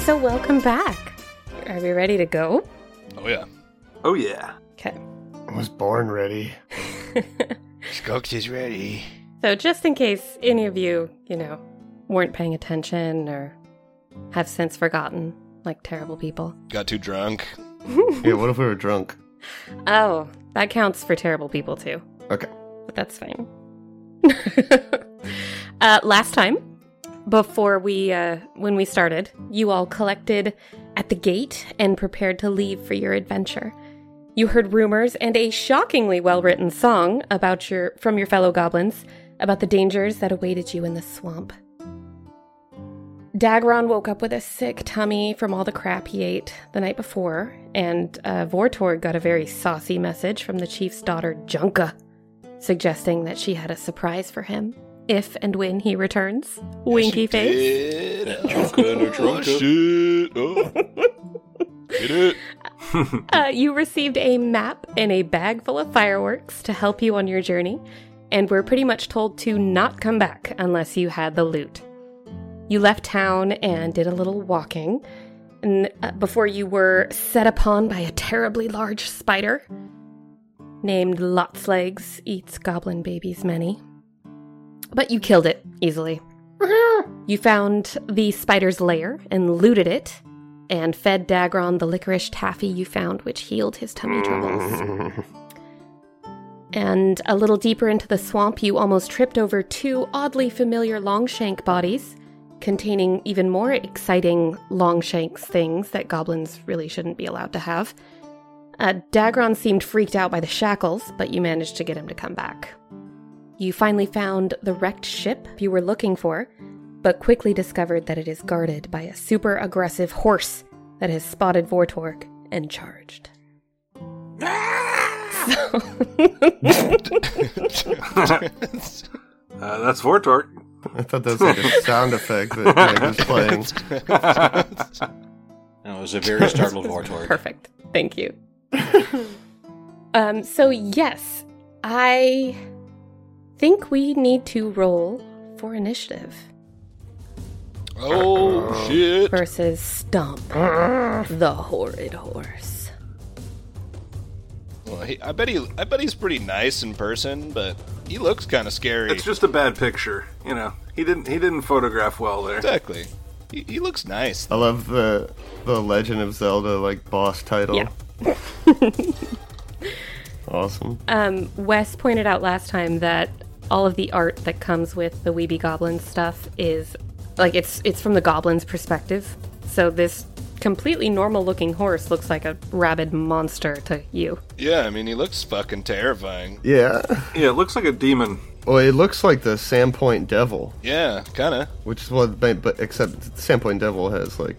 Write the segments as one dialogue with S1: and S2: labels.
S1: So, welcome back. Are we ready to go?
S2: Oh yeah.
S3: Oh yeah.
S1: Okay.
S4: I was born ready.
S2: Skunk is ready.
S1: so, just in case any of you, you know, weren't paying attention or have since forgotten, like terrible people.
S2: Got too drunk.
S4: Yeah, what if we were drunk?
S1: Oh, that counts for terrible people too.
S4: Okay.
S1: But that's fine. uh, last time, before we, uh, when we started, you all collected at the gate and prepared to leave for your adventure. You heard rumors and a shockingly well-written song about your from your fellow goblins about the dangers that awaited you in the swamp. Dagron woke up with a sick tummy from all the crap he ate the night before, and uh, Vortor got a very saucy message from the chief's daughter, Junka, suggesting that she had a surprise for him if and when he returns. Winky face.
S2: Drunken or drunk. Oh, shit. Oh. Get it.
S1: Uh, you received a map and a bag full of fireworks to help you on your journey, and were pretty much told to not come back unless you had the loot. You left town and did a little walking, and uh, before you were set upon by a terribly large spider named Lots Legs Eats Goblin Babies Many. But you killed it easily. you found the spider's lair and looted it, and fed Dagron the licorice taffy you found, which healed his tummy troubles. And a little deeper into the swamp, you almost tripped over two oddly familiar longshank bodies, containing even more exciting longshanks things that goblins really shouldn't be allowed to have. Uh, Dagron seemed freaked out by the shackles, but you managed to get him to come back. You finally found the wrecked ship you were looking for, but quickly discovered that it is guarded by a super aggressive horse that has spotted Vortorg and charged. So,
S3: Uh, that's Vortork.
S4: I thought that was like a sound effect that Meg was playing.
S5: No, it was a very startled Vortorg.
S1: perfect. Thank you. um, so, yes, I think we need to roll for initiative
S2: Oh shit.
S1: versus Stump, the horrid horse.
S2: Well, he, I bet he. I bet he's pretty nice in person, but he looks kind of scary.
S3: It's just a bad picture, you know. He didn't he didn't photograph well there.
S2: exactly. He, he looks nice.
S4: I love the the Legend of Zelda like boss title.
S1: Yeah.
S4: awesome.
S1: Um, Wes pointed out last time that all of the art that comes with the Weeby Goblin stuff is like it's it's from the goblin's perspective. So this completely normal looking horse looks like a rabid monster to you.
S2: Yeah, I mean, he looks fucking terrifying.
S4: Yeah.
S3: Yeah, it looks like a demon.
S4: Well, it looks like the Sandpoint Devil,
S2: Yeah, kind of.
S4: which is what, they, but except Sandpoint Devil has like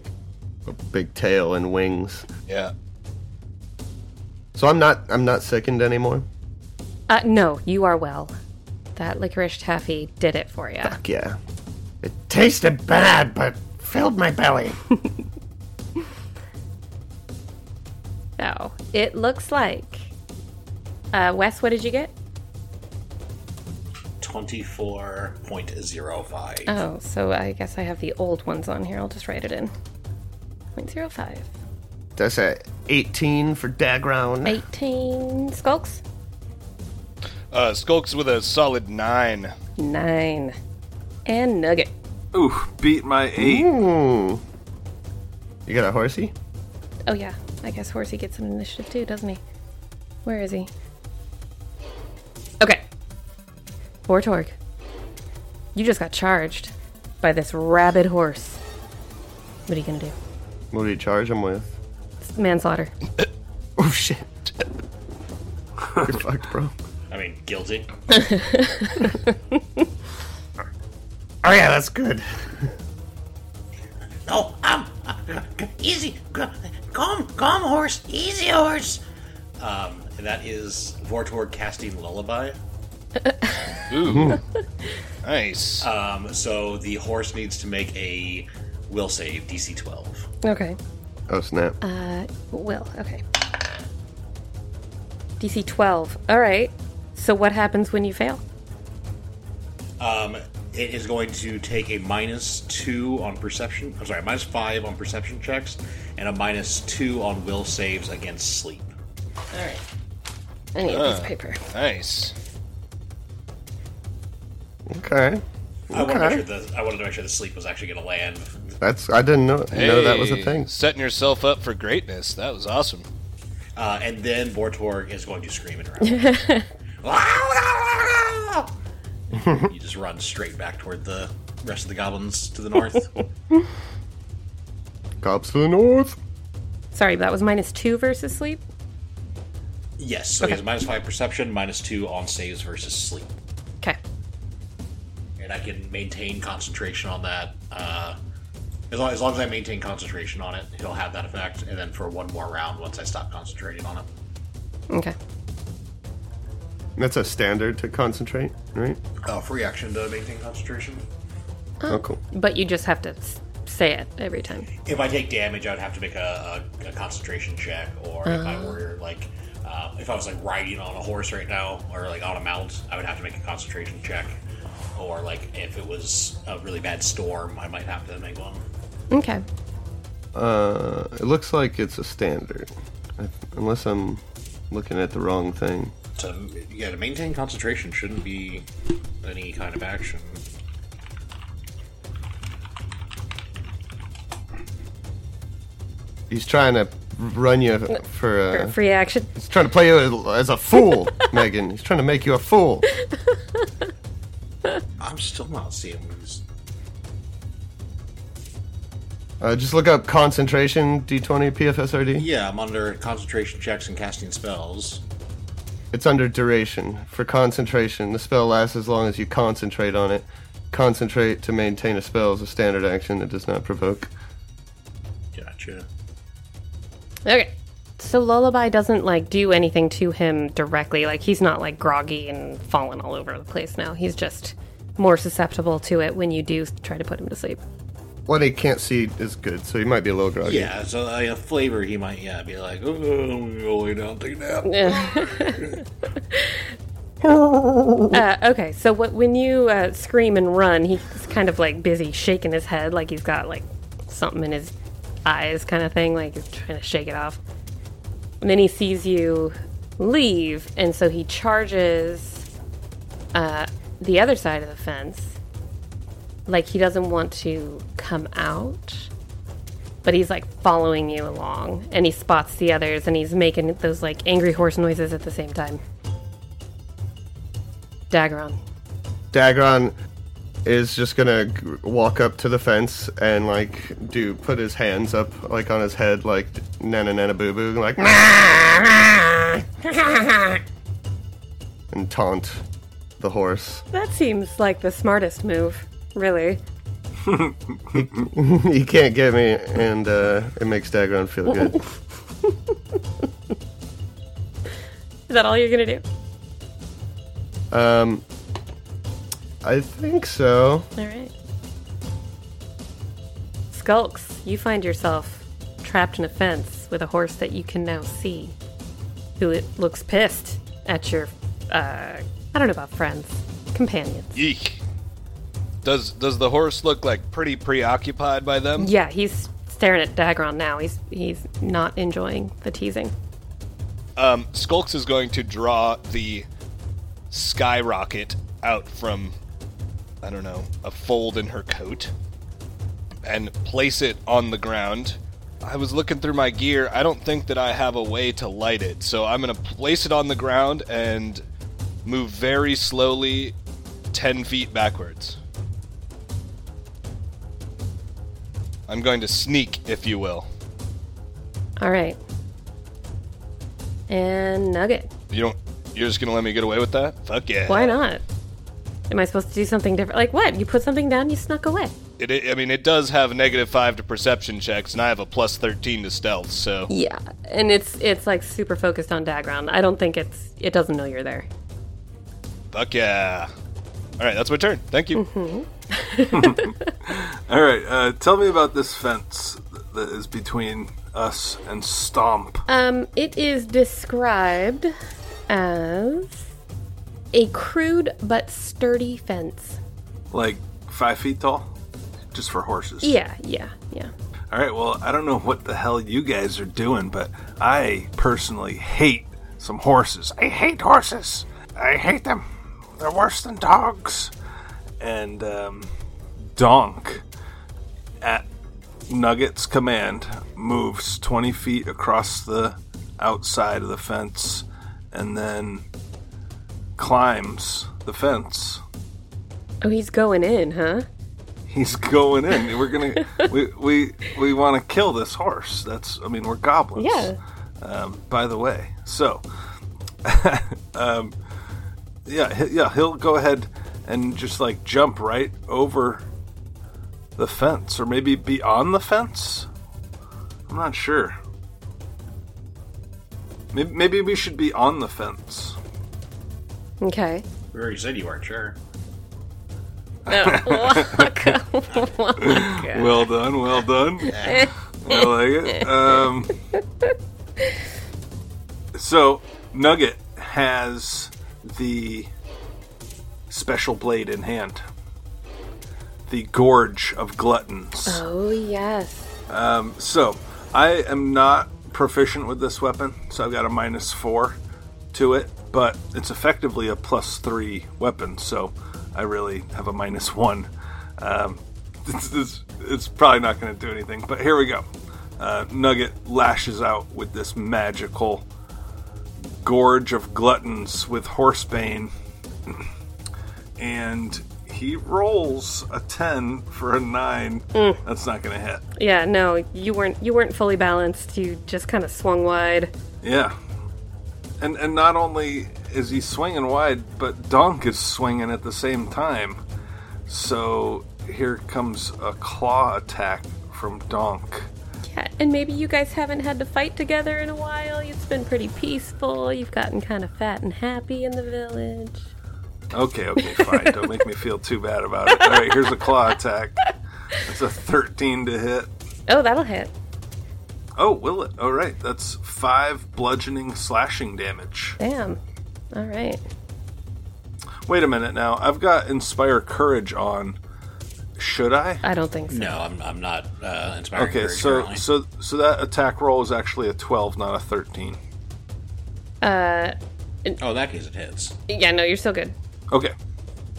S4: a big tail and wings.
S2: Yeah.
S4: So I'm not I'm not sickened anymore.
S1: Uh no, you are well. That licorice taffy did it for you.
S4: Yeah. It tasted bad, but filled my belly.
S1: So it looks like uh Wes, what did you get?
S5: 24.05.
S1: Oh, so I guess I have the old ones on here. I'll just write it in. 0.05.
S4: That's a 18 for Dagron.
S1: 18 skulks.
S2: Uh, Skulk's with a solid nine.
S1: Nine. And Nugget.
S3: Ooh, beat my eight.
S4: Ooh. Hmm. You got a horsey?
S1: Oh, yeah. I guess Horsey gets an initiative too, doesn't he? Where is he? Okay. Bortorg. You just got charged by this rabid horse. What are you gonna do?
S4: What do you charge him with?
S1: It's manslaughter.
S4: Oh shit. You're fucked, bro.
S5: I mean, guilty.
S4: Oh yeah, that's good.
S6: No, um, uh, easy, calm, calm horse, easy horse.
S5: Um, and that is Vortorg casting Lullaby.
S2: Ooh. nice.
S5: Um, so the horse needs to make a will save DC 12.
S1: Okay.
S4: Oh snap.
S1: Uh, Will. Okay. DC 12. All right. So what happens when you fail?
S5: Um, It is going to take a minus two on perception. I'm sorry, minus five on perception checks, and a minus two on will saves against sleep.
S1: All right. Uh. I need this paper.
S7: Nice.
S4: Okay.
S5: I wanted to make
S4: Okay.
S5: sure the I wanted to make sure the sleep was actually going to land.
S4: That's I didn't know know that was a
S7: Hey,
S4: thing.
S7: Setting yourself up for greatness. That was awesome.
S5: Uh, and then Bortorg is going to scream and run. you just run straight back toward the rest of the goblins to the north.
S4: Cops to the north.
S1: Sorry, that was minus two versus sleep.
S5: yes, so he has minus five perception, minus two on saves versus sleep.
S1: Okay.
S5: and I can maintain concentration on that. Uh, as, long, as long as I maintain concentration on it, he'll have that effect. And then for one more round, once I stop concentrating on it,
S1: Okay.
S4: That's a standard to concentrate, right?
S5: uh, free action to maintain concentration.
S4: Oh, cool.
S1: But you just have to s- say it every time.
S5: If I take damage, I would have to make a, a, a concentration check, or if I were like, uh, if I was like riding on a horse right now, or like on a mount, I would have to make a concentration check. Or like if it was a really bad storm, I might have to make one.
S1: Okay.
S4: Uh, it looks like it's a standard, I, unless I'm looking at the wrong thing.
S5: To yeah, to maintain concentration shouldn't be any kind of action.
S4: He's trying to run you for
S1: For
S4: a.
S1: free action.
S4: He's trying to play you as a fool, Megan. He's trying to make you a fool.
S5: I'm still not seeing moves.
S4: Uh, just look up concentration D20 PFSRD.
S5: Yeah, I'm under concentration checks and casting spells.
S4: It's under duration. For concentration, the spell lasts as long as you concentrate on it. Concentrate to maintain a spell is a standard action that does not provoke.
S5: Gotcha.
S1: Okay. So Lullaby doesn't like do anything to him directly. Like he's not like groggy and falling all over the place now. He's just more susceptible to it when you do try to put him to sleep.
S4: What he can't see is good, so he might be a little groggy.
S5: Yeah, so like, a flavor he might yeah be like, oh, I'm going down take a nap.
S1: Uh, okay, so what, when you uh, scream and run, he's kind of like busy shaking his head, like he's got like something in his eyes, kind of thing, like he's trying to shake it off. And then he sees you leave, and so he charges uh, the other side of the fence, like he doesn't want to come out, but he's like following you along, and he spots the others, and he's making those like angry horse noises at the same time. Daggeron.
S4: Dagron is just gonna g- walk up to the fence and like do put his hands up like on his head like nana nana boo boo like and taunt the horse.
S1: That seems like the smartest move, really.
S4: he can't get me, and uh, it makes Dagron feel good.
S1: Is that all you're gonna do?
S4: Um, I think so.
S1: All right. Skulks, you find yourself trapped in a fence with a horse that you can now see, who it looks pissed at your, uh, I don't know about friends, companions.
S7: Yeek. Does does the horse look like pretty preoccupied by them?
S1: Yeah, he's staring at Dagron now. He's he's not enjoying the teasing.
S7: Um, Skulks is going to draw the skyrocket out from, I don't know, a fold in her coat and place it on the ground. I was looking through my gear. I don't think that I have a way to light it, so I'm going to place it on the ground and move very slowly 10 feet backwards. I'm going to sneak, if you will.
S1: All right. And Nugget,
S7: You don't. You're just gonna let me get away with that? Fuck yeah.
S1: why not? Am I supposed to do something different? Like what? You put something down, you snuck away.
S7: It, it, I mean, it does have negative five to perception checks, and I have a plus thirteen to stealth. So
S1: Yeah, and it's it's like super focused on Dagron. I don't think it's it doesn't know you're there.
S7: fuck yeah. All right, that's my turn. Thank you.
S3: All right, uh, tell me about this fence that is between us and Stomp.
S1: Um, it is described as a crude but sturdy fence
S3: Like five feet tall? Just for horses.
S1: Yeah, yeah, yeah.
S3: All right, well, I don't know what the hell you guys are doing, but I personally hate some horses. I hate horses. I hate them. They're worse than dogs. And um, Donk, at Nugget's command, moves 20 feet across the outside of the fence and then climbs the fence.
S1: Oh, he's going in, huh?
S3: He's going in. We're gonna we we we want to kill this horse. That's I mean we're goblins.
S1: Yeah.
S3: Um, by the way, so um, yeah he- yeah he'll go ahead and just like jump right over the fence or maybe beyond the fence. I'm not sure. Maybe, maybe we should be on the fence.
S1: Okay.
S5: We already said you weren't sure.
S3: Well done, well done. I like it. Um, so Nugget has the special blade in hand, the Gorge of Gluttons.
S1: oh yes.
S3: So, I am not proficient with this weapon, so I've got a minus four to it, but it's effectively a plus three weapon, so I really have a minus one. Um, it's, it's, it's probably not going to do anything, but here we go. Uh, Nugget lashes out with this magical gorge of gluttons with horsebane, and he rolls a 10 for a 9. That's not going to hit.
S1: Yeah, no, you weren't you weren't fully balanced. You just kind of swung wide.
S3: Yeah. And and not only is he swinging wide, but Donk is swinging at the same time. So here comes a claw attack from Donk.
S1: Yeah, and maybe you guys haven't had to fight together in a while. It's been pretty peaceful. You've gotten kind of fat and happy in the village.
S3: Okay, okay, fine. Don't make me feel too bad about it. All right, here's a claw attack. That's a 13 to hit.
S1: Oh, that'll hit.
S3: Oh, will it? All right, that's five bludgeoning slashing damage.
S1: Damn. All right.
S3: Wait a minute now. I've got Inspire Courage on. Should I?
S1: I don't think so.
S5: No, I'm, I'm not uh, inspiring.
S3: Okay,
S5: courage
S3: so
S5: currently.
S3: so so that attack roll is actually a 12, not a 13.
S5: oh, in that case it hits.
S1: Yeah, no, you're still good.
S3: Okay.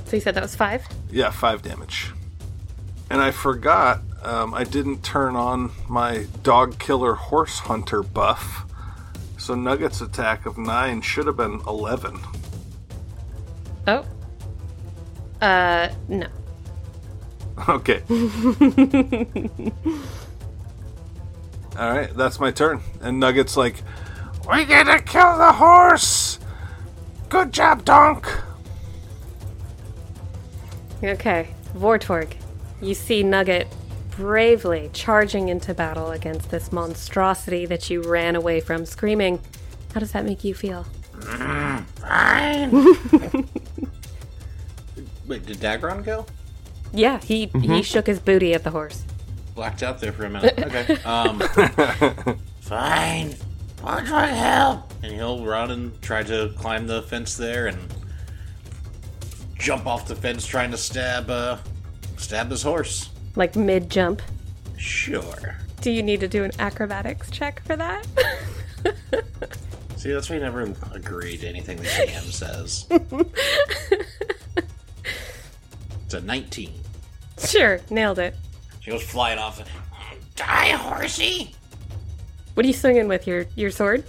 S1: So you said that was five?
S3: Yeah, 5 damage. And I forgot um, I didn't turn on my dog killer horse hunter buff. So Nugget's attack of 9 should have been 11.
S1: Oh. Uh, no.
S3: Okay. All right, that's my turn. And Nugget's like, "We gotta kill the horse. Good job, Donk."
S1: Okay, Vortorg, you see Nugget bravely charging into battle against this monstrosity that you ran away from screaming. How does that make you feel?
S6: Fine.
S5: Wait, did Dagron go?
S1: Yeah, he he shook his booty at the horse.
S5: Blacked out there for a minute. Okay. Um,
S6: Fine. Portrait help.
S5: and he'll run and try to climb the fence there and jump off the fence trying to stab uh, stab his horse.
S1: Like mid jump.
S5: Sure.
S1: Do you need to do an acrobatics check for that?
S5: See, that's why you never agree to anything the GM says. it's a 19.
S1: sure, nailed it.
S5: She goes flying off.
S6: Die, horsey.
S1: What are you swinging with your your sword?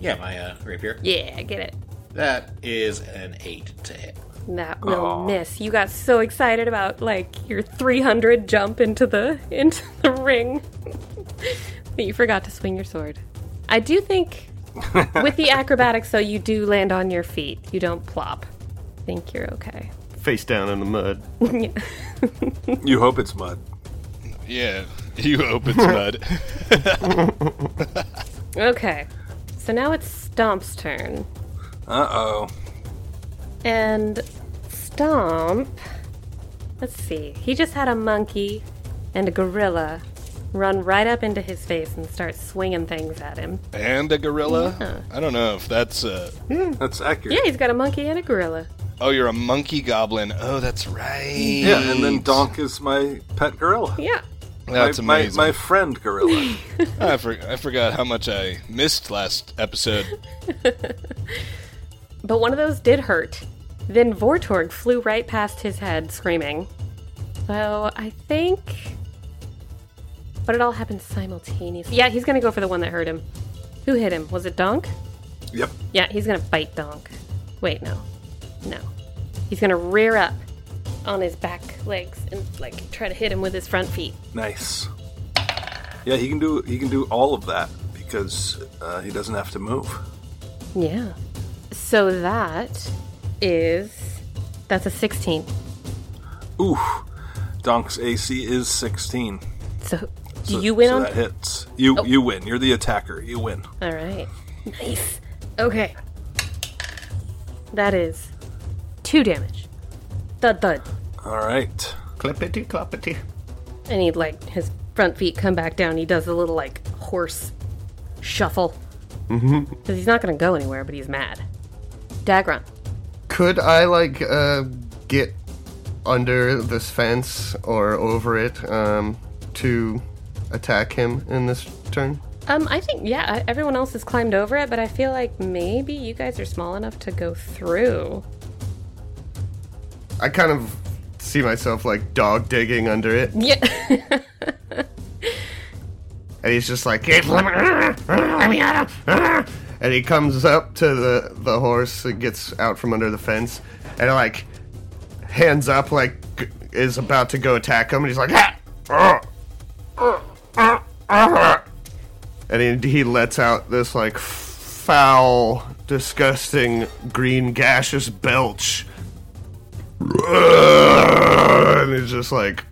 S5: Yeah, my uh, rapier.
S1: Yeah, get it.
S5: That is an 8 to hit.
S1: That will miss. You got so excited about like your 300 jump into the into the ring that you forgot to swing your sword. I do think with the acrobatics though you do land on your feet. You don't plop. I think you're okay.
S4: Face down in the mud.
S3: You hope it's mud.
S7: Yeah, you open mud.
S1: Okay. So now it's Stomp's turn.
S3: Uh oh.
S1: And Stomp, let's see, he just had a monkey and a gorilla run right up into his face and start swinging things at him.
S7: and a gorilla? I don't know if that's uh
S3: That's accurate.
S1: Yeah, he's got a monkey and a gorilla.
S7: Oh, you're a monkey goblin. Oh, that's right.
S3: Yeah, and then Donk is my pet gorilla.
S1: Yeah.
S7: That's
S3: my,
S7: amazing.
S3: My, my friend gorilla.
S7: I, for, I forgot how much I missed last episode.
S1: But one of those did hurt. Then Vortorg flew right past his head, screaming. So I think. But it all happened simultaneously. Yeah, he's gonna go for the one that hurt him. Who hit him? Was it Donk?
S3: yep.
S1: Yeah, he's gonna bite Donk. Wait, no. No. He's gonna rear up on his back legs and like try to hit him with his front feet.
S3: Nice. Yeah, he can do he can do all of that because uh, he doesn't have to move.
S1: Yeah. So that is that's a 16.
S3: Ooh, Donk's AC is 16.
S1: So do
S3: So-
S1: you win
S3: so
S1: on Oh.
S3: that hits. You you win. You're the attacker. You win.
S1: All right. Nice. Okay. That is 2 damage. Thud thud.
S3: All right.
S4: Clippity cloppity.
S1: And he like his front feet come back down. He does a little like horse shuffle.
S7: Mm-hmm.
S1: Mhm. Cuz he's not going to go anywhere, but he's mad. Dagron.
S4: Could I like uh, get under this fence or over it um, to attack him in this turn?
S1: Um, I think yeah, everyone else has climbed over it, but I feel like maybe you guys are small enough to go through.
S4: I kind of see myself like dog digging under it,
S1: Yeah.
S4: and he's just like, "Get let me- let me out of-" and he comes up to the the horse and gets out from under the fence, and like hands up, like g- is about to go attack him, and he's like, "Ah!" "Ah! Ah! Ah! Ah!" and he, he lets out this like foul, disgusting green gaseous belch. And he's just like,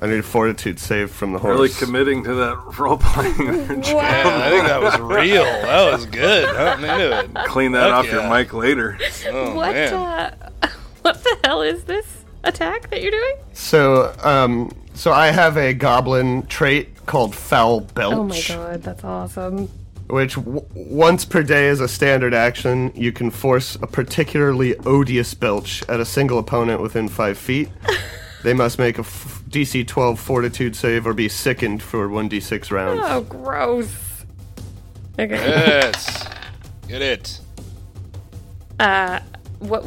S4: I need a fortitude save from the horse.
S3: Really committing to that role playing.
S7: Yeah, I think that was real. That was good. I'm into it.
S3: Clean that
S7: Fuck
S3: off
S7: yeah.
S3: your mic later.
S7: Oh,
S1: what
S7: man.
S1: uh, what the hell is this attack that you're doing?
S4: So, um, so I have a goblin trait called Foul Belch,
S1: Oh my god, that's awesome.
S4: which w- once per day is a standard action. You can force a particularly odious belch at a single opponent within five feet. they must make a f- DC 12 Fortitude save or be sickened for 1d6 rounds.
S1: Oh gross. Okay.
S7: Yes. Get it.
S1: what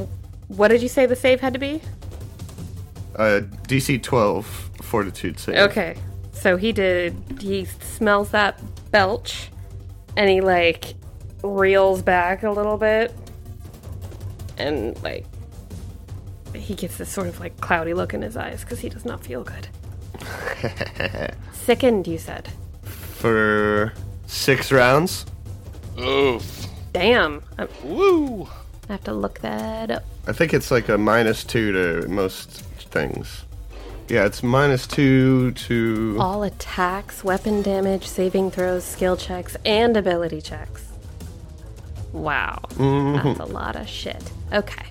S1: what did you say the save had to be?
S4: Uh, DC 12 Fortitude save.
S1: Okay. So he did he smells that belch and he like reels back a little bit and like he gets this sort of like cloudy look in his eyes cuz he does not feel good. Sickened, you said.
S4: For six rounds.
S7: Oof.
S1: Damn. I
S7: Woo.
S1: I have to look that up.
S4: I think it's like a minus two to most things. Yeah, it's minus two to.
S1: All attacks, weapon damage, saving throws, skill checks, and ability checks. Wow. That's a lot of shit. Okay.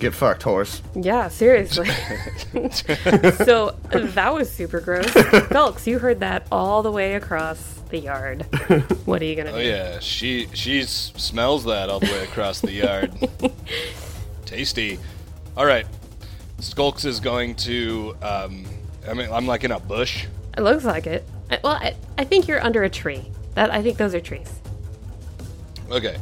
S4: Get fucked, horse.
S1: Yeah, seriously. so that was super gross. Belks, you heard that all the way across the yard. What are you going to
S7: Oh
S1: do?
S7: yeah, she she s- smells that all the way across the yard. Tasty. All right, Skulks is going to. Um, I mean, I'm like in a bush.
S1: It looks like it. I- Well, I, I think you're under a tree. That I think those are trees.
S7: Okay,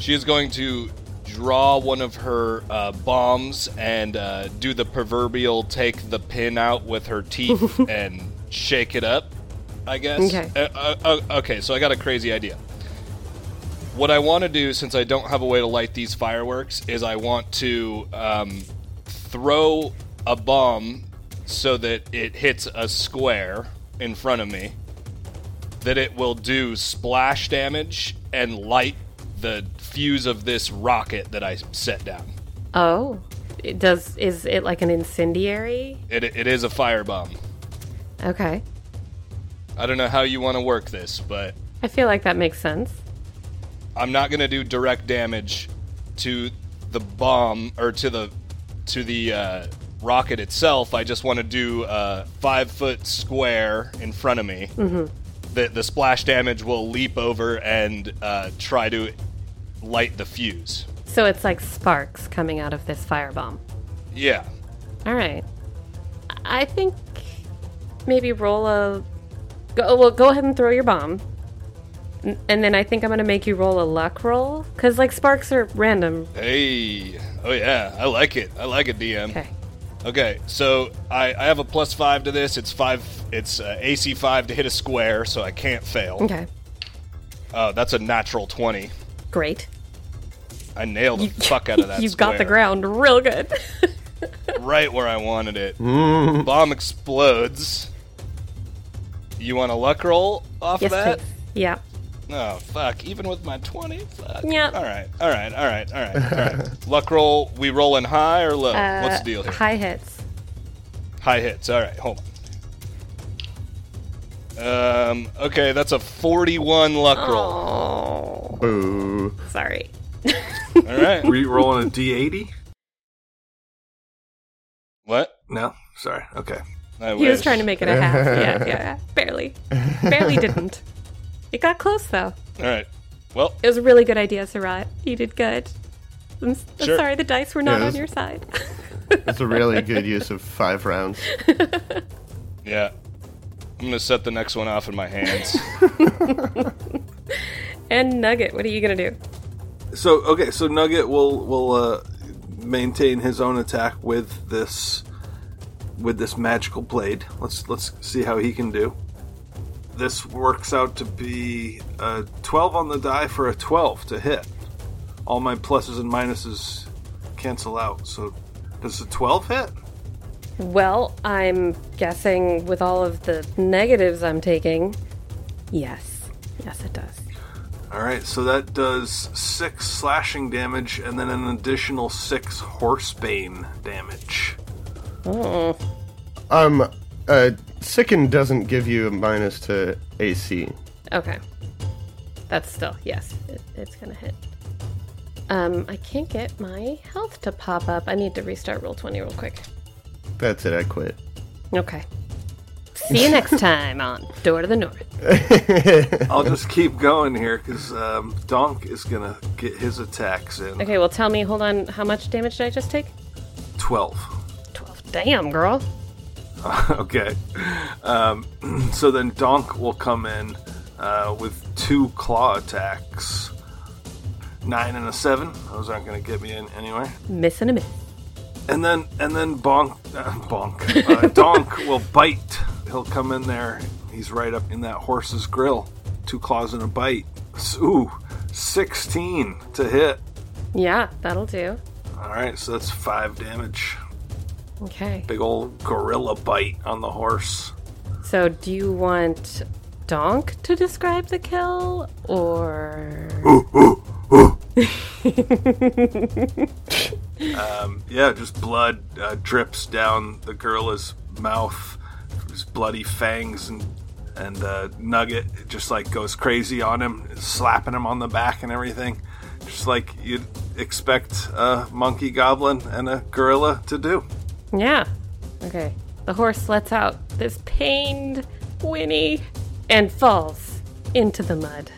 S7: she is going to draw one of her uh, bombs and uh, do the proverbial take the pin out with her teeth and shake it up. I guess.
S1: Okay.
S7: Uh, uh, uh, okay, so I got a crazy idea. What I want to do, since I don't have a way to light these fireworks, is I want to um, throw a bomb so that it hits a square in front of me, that it will do splash damage and light the fuse of this rocket that I set down.
S1: Oh. It does is it like an incendiary?
S7: It, it is a firebomb.
S1: Okay.
S7: I don't know how you want to work this, but
S1: I feel like that makes sense.
S7: I'm not gonna do direct damage to the bomb or to the to the uh, rocket itself. I just want to do a five foot square in front of me. Mm-hmm. The the splash damage will leap over and uh, try to light the fuse.
S1: So it's like sparks coming out of this firebomb.
S7: Yeah.
S1: All right. I think maybe roll a. Go, well, go ahead and throw your bomb. N- And then I think I'm going to make you roll a luck roll. Because, like, sparks are random.
S7: Hey. Oh yeah, I like it. I like it, DM.
S1: Okay.
S7: Okay, so I, I have a plus five to this. It's five. It's uh, AC five to hit a square, so I can't fail.
S1: Okay.
S7: Oh, that's a natural twenty.
S1: Great.
S7: I nailed the fuck out of that.
S1: you got the
S7: square.
S1: ground real good.
S7: right where I wanted it. Bomb explodes. You want a luck roll off
S1: yes,
S7: of that?
S1: please. Yeah.
S7: Oh fuck! Even with my twenty, fuck.
S1: Yep.
S7: All right. All right. All right. All right. All right. luck roll. We rolling high or low? What's
S1: Uh,
S7: the deal here?
S1: High hits.
S7: High hits. All right, hold on. Um, okay, that's a 41 luck roll.
S1: Oh,
S4: Boo.
S1: sorry. Oh.
S7: All right.
S3: Were you rolling a D80?
S7: What?
S3: No? Sorry. Okay.
S7: I
S1: He was trying to make it a half. Yeah, yeah. Barely. Barely didn't. It got close, though.
S7: All right. Well,
S1: It was a really good idea, Sarat. You did good. I'm, s am
S7: Sure.
S1: sorry the dice were not on
S4: Yeah, this-
S1: your side.
S4: That's a really good use of five rounds.
S7: yeah. I'm going to set the next one off in my hands.
S1: and Nugget, what are you going to do?
S3: So okay, so Nugget will will uh, maintain his own attack with this with this magical blade. Let's let's see how he can do. This works out to be a twelve on the die for a twelve to hit. All my pluses and minuses cancel out. So does a twelve hit?
S1: Well, I'm guessing with all of the negatives I'm taking, yes. Yes, it does.
S3: All right, so that does six slashing damage and then an additional six horsebane damage.
S1: Oh.
S4: Um, uh, sicken doesn't give you a minus to AC.
S1: Okay. That's still, yes, it, it's going to hit. Um, I can't get my health to pop up. I need to restart roll 20 real quick.
S4: That's it. I quit.
S1: Okay. See you next time on Door to the North.
S3: I'll just keep going here because um, Donk is gonna get his attacks in.
S1: Okay, well, tell me, hold on, how much damage did I just take?
S3: Twelve.
S1: 12. Damn, girl.
S3: okay. Um, so then Donk will come in uh, with two claw attacks. Nine and a seven. Those aren't gonna get me in anyway.
S1: Missing a miss.
S3: And then and then Bonk uh, Bonk uh, Donk will bite. He'll come in there. He's right up in that horse's grill. Two claws and a bite. S- Ooh, sixteen to hit.
S1: Yeah, that'll do.
S3: All right, so that's five damage.
S1: Okay.
S3: big old gorilla bite on the horse.
S1: So, do you want Donk to describe the kill, or.
S3: Yeah, just blood uh, drips down the gorilla's mouth, his bloody fangs and and uh, Nugget just like goes crazy on him, slapping him on the back and everything, just like you'd expect a monkey goblin and a gorilla to do.
S1: Yeah. Okay. The horse lets out this pained whinny and falls into the mud.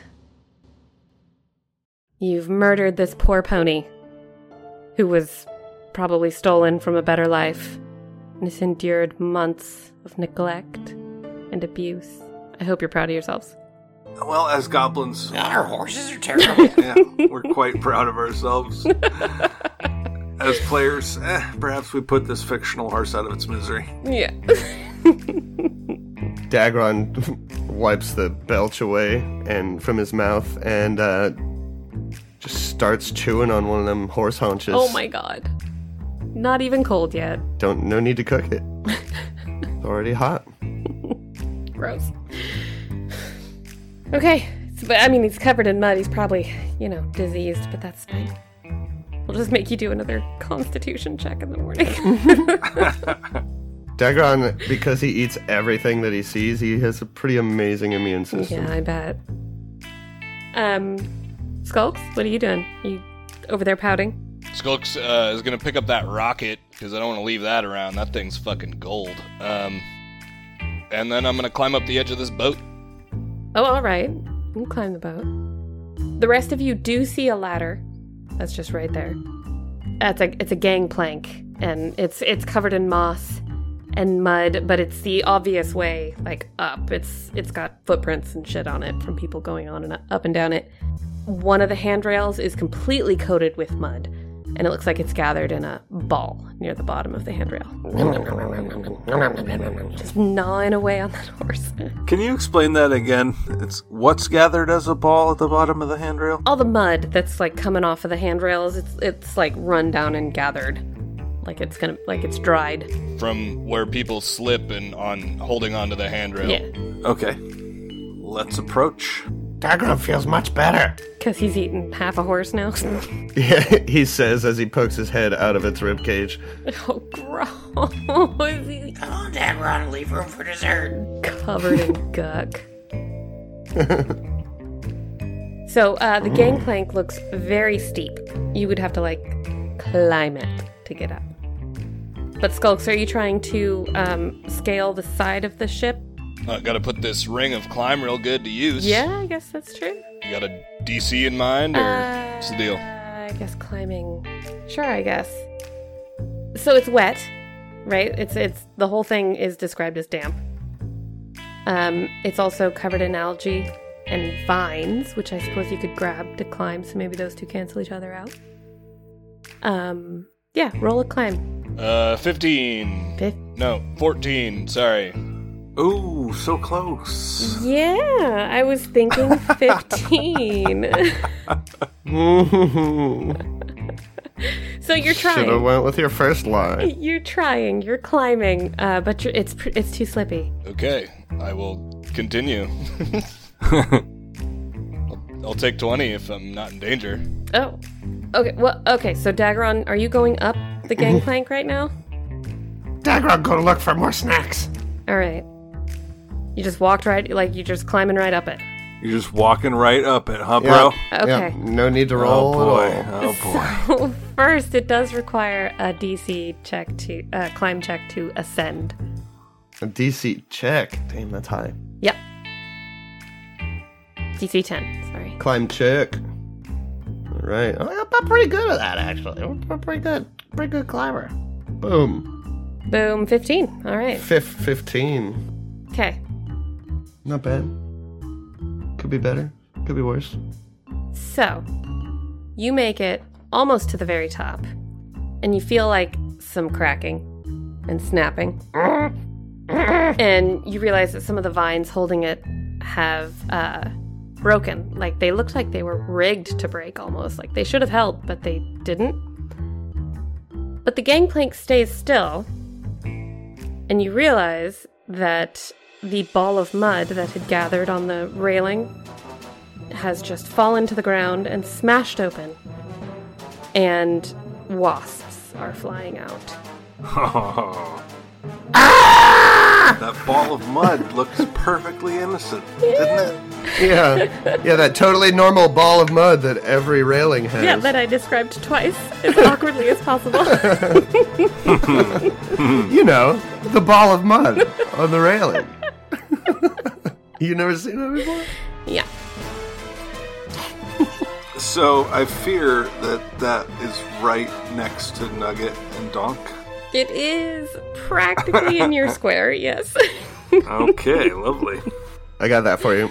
S1: You've murdered this poor pony, who was probably stolen from a better life and has endured months of neglect and abuse. I hope you're proud of yourselves.
S3: Well, as goblins,
S6: Our horses are terrible.
S3: yeah, we're quite proud of ourselves. As players, eh, perhaps we put this fictional horse out of its misery.
S1: Yeah.
S4: Dagron wipes the belch away and from his mouth and uh, just starts chewing on one of them horse haunches.
S1: oh my god. Not even cold yet.
S4: Don't no need to cook it. It's already hot.
S1: Gross. Okay, so, but I mean, he's covered in mud. He's probably, you know, diseased, but that's fine. We'll just make you do another constitution check in the morning.
S4: Dagron, because he eats everything that he sees, he has a pretty amazing immune system.
S1: yeah, I bet. Um, Skulks, what are you doing? You over there pouting?
S7: Skulks uh, is going to pick up that rocket because I don't want to leave that around. That thing's fucking gold. Um, and then I'm going to climb up the edge of this boat.
S1: Oh, all right. You can climb the boat. The rest of you do see a ladder That's just right there. That's a it's a gangplank, and it's it's covered in moss and mud, but it's the obvious way, like up. It's it's got footprints and shit on it from people going on and up and down it. One of the handrails is completely coated with mud, and it looks like it's gathered in a ball near the bottom of the handrail. Just gnawing away on that horse.
S3: Can you explain that again? It's what's gathered as a ball at the bottom of the handrail?
S1: All the mud that's like coming off of the handrails, it's it's like run down and gathered. Like it's gonna like it's dried.
S7: from where people slip and on holding onto the handrail.
S1: Yeah.
S3: Okay. Let's approach.
S6: Dagram feels much better.
S1: Cause he's eaten half a horse now.
S4: Yeah, he says as he pokes his head out of its ribcage.
S1: oh gross. He's
S6: Come on, Dagram, leave room for dessert.
S1: covered in guck. so uh, the gangplank looks very steep. You would have to like climb it to get up. But Skulks, are you trying to um, scale the side of the ship?
S7: Uh, gotta put this ring of climb real good to use.
S1: Yeah, I guess that's true.
S7: You got a DC in mind, or what's the deal?
S1: Uh, I guess climbing. Sure, I guess. So it's wet, right? It's it's the whole thing is described as damp. Um, it's also covered in algae and vines, which I suppose you could grab to climb. So maybe those two cancel each other out. Um, yeah, roll a climb.
S7: Uh, 15.
S1: Fif-
S7: No, 14. Sorry.
S3: Ooh, so close.
S1: Yeah, I was thinking fifteen.
S4: Should
S1: so you're trying.
S4: have went with your first line.
S1: You're trying. You're climbing, uh, but you're, it's pr- it's too slippy.
S7: Okay, I will continue. I'll, I'll take 20 if I'm not in danger.
S1: Oh. Okay. Well. Okay. So Daggeron, are you going up the gangplank right now?
S6: Dagram, go look for more snacks.
S1: All right. You just walked right, like you're just climbing right up it.
S3: You're just walking right up it, huh, bro?
S1: Okay.
S4: no need to
S3: Oh
S4: roll.
S3: boy. Oh boy.
S1: So first, it does require a DC check to uh, climb check to ascend.
S4: A DC check. Damn, that's high.
S1: Yep. DC ten. Sorry.
S4: Climb check. All right. Oh, I'm pretty good at that, actually. I'm pretty good. Pretty good climber. Boom.
S1: Boom. Fifteen. All right.
S4: Fif- 15.
S1: Okay.
S4: Not bad. Could be better. Could be worse.
S1: So, you make it almost to the very top, and you feel like some cracking and snapping. and you realize that some of the vines holding it have uh, broken. Like, they looked like they were rigged to break almost. Like, they should have held, but they didn't. But the gangplank stays still, and you realize that the ball of mud that had gathered on the railing has just fallen to the ground and smashed open. And wasps are flying out.
S3: That ball of mud looks perfectly innocent, didn't it?
S4: Yeah. yeah, that totally normal ball of mud that every railing has.
S1: Yeah, that I described twice as awkwardly as possible.
S4: you know, the ball of mud on the railing. you never seen that before?
S1: yeah.
S3: So I fear that that is right next to Nugget and Donk.
S1: It is practically in your square, yes.
S3: Okay, lovely.
S4: I got that for you.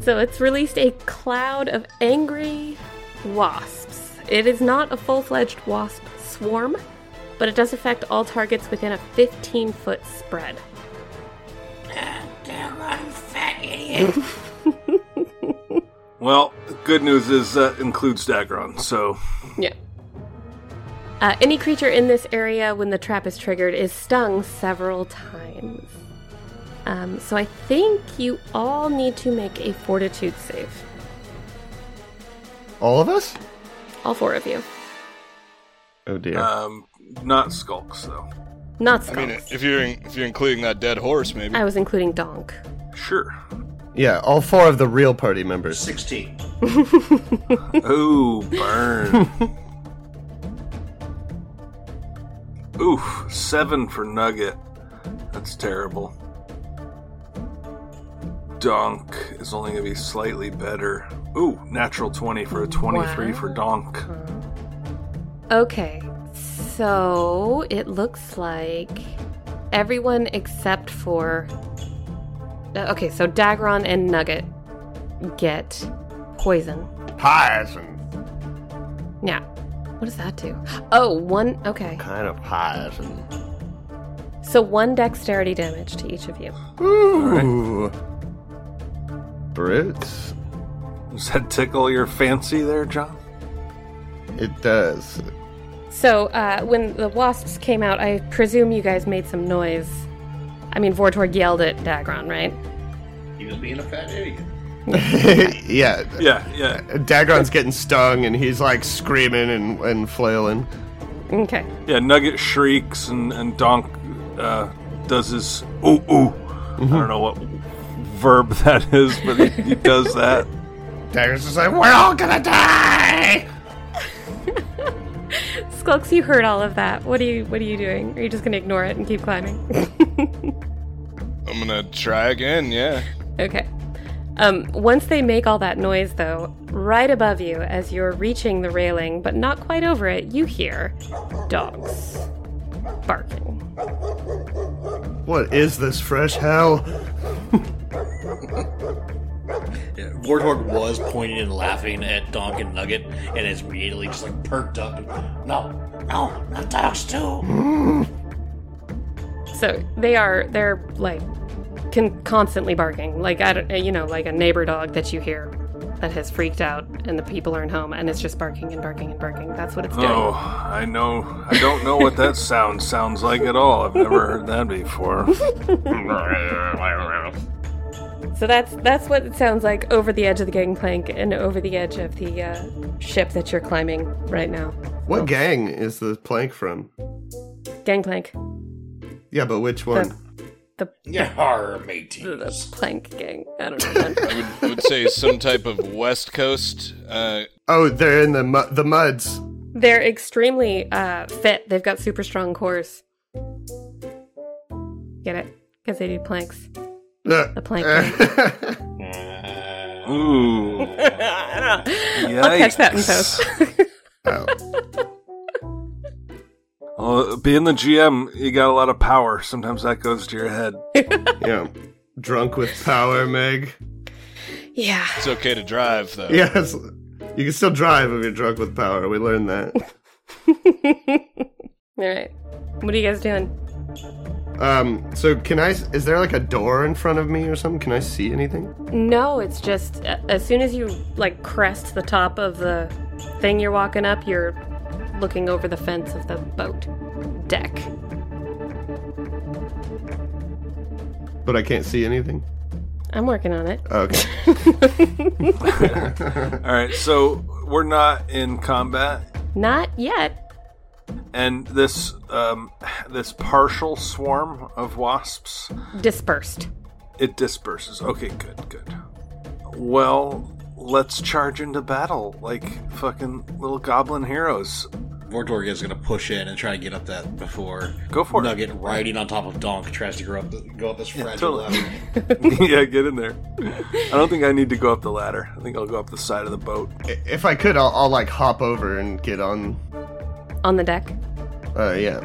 S1: so it's released a cloud of angry wasps. It is not a full fledged wasp swarm, but it does affect all targets within a 15 foot spread.
S6: Dagram, fat idiot.
S3: Well, the good news is that includes Dagron, so
S1: Yeah. Uh, any creature in this area when the trap is triggered is stung several times. Um, so I think you all need to make a fortitude save.
S4: All of us?
S1: All four of you.
S4: Oh dear.
S3: um, not Skulks though.
S1: Not
S7: I
S1: skulls. I,
S7: mean, if you're in, if you're including that dead horse, maybe.
S1: was including Donk.
S3: Sure.
S4: yeah, all four of the real party members.
S5: 16.
S3: Ooh, burn. Oof, seven for Nugget. That's terrible. Donk is only gonna be slightly better. Ooh, natural 20 for a 23 for Donk.
S1: Okay, so it looks like everyone except for. uh, Okay, so Dagron and Nugget get poison.
S4: Poison.
S1: Yeah. What does that do? Oh, one. Okay.
S4: Kind of poison.
S1: So one dexterity damage to each of you.
S4: Ooh. Brutes.
S3: Does that tickle your fancy there, John?
S4: It does.
S1: So uh, when the wasps came out, I presume you guys made some noise. I mean, Vortorg yelled at Dagron, right?
S5: He was being a fat idiot.
S4: yeah.
S3: Yeah, yeah.
S4: Dagron's getting stung and he's like screaming and, and flailing.
S1: Okay.
S3: Yeah, Nugget shrieks and, and Donk uh, does his ooh ooh. I don't know what verb that is, but he, he does that.
S4: Dagron's just like, we're all gonna die!
S1: Skulks, you heard all of that. What are you What are you doing? Are you just gonna ignore it and keep climbing?
S7: I'm gonna try again, yeah.
S1: Okay. Um, once they make all that noise, though, right above you, as you're reaching the railing but not quite over it, you hear dogs barking.
S4: What is this fresh hell?
S5: Uh, Warthog was pointing and laughing at Donk and Nugget, and it's immediately just like perked up. And, no,
S6: No, not dogs too.
S1: So they are they're like can constantly barking, like I don't, you know, like a neighbor dog that you hear that has freaked out, and the people aren't home, and it's just barking and barking and barking. That's what it's doing.
S3: Oh, I know. I don't know what that sound sounds like at all. I've never heard that before.
S1: So that's that's what it sounds like over the edge of the gangplank and over the edge of the uh, ship that you're climbing right now.
S4: What gang is the plank from?
S1: Gangplank,
S4: Yeah, but which one?
S5: yeah, our matey.
S1: the plank gang. I don't know. man.
S7: I would, I would say some type of West Coast. Uh,
S4: Oh, they're in the mu- the muds.
S1: They're extremely uh, fit. They've got super strong cores. Get it? Because they do planks.
S4: The
S1: plank
S3: Ooh.
S1: I'll catch that in post.
S3: Well, being the GM, you got a lot of power. Sometimes that goes to your head.
S4: yeah, drunk with power, Meg.
S1: yeah.
S7: it's okay to drive though.
S4: Yes, you can still drive if you're drunk with power. We learned that.
S1: All right. What are you guys doing?
S4: Um, so can I? Is there like a door in front of me or something? Can I see anything?
S1: No, it's just a- as soon as you like crest the top of the thing you're walking up, you're looking over the fence of the boat deck.
S4: But I can't see anything. Oh,
S1: I'm working on it.
S4: Okay.
S3: All right, so we're not in combat,
S1: Not yet.
S3: and this um, this partial swarm of wasps
S1: Dispersed.
S3: it disperses. Okay, good, good. Well, let's charge into battle like fucking little goblin heroes.
S5: Vortorg is going to push in and try to get up that before
S3: Go for it.
S5: Nugget riding on top of Donk tries to go up the, go up this fragile
S3: totally.
S5: ladder.
S3: yeah, get in there. I don't think I need to go up the ladder. I think I'll go up the side of the boat.
S4: if I could, I'll, I'll like hop over and get on.
S1: On the deck.
S4: Uh, yeah.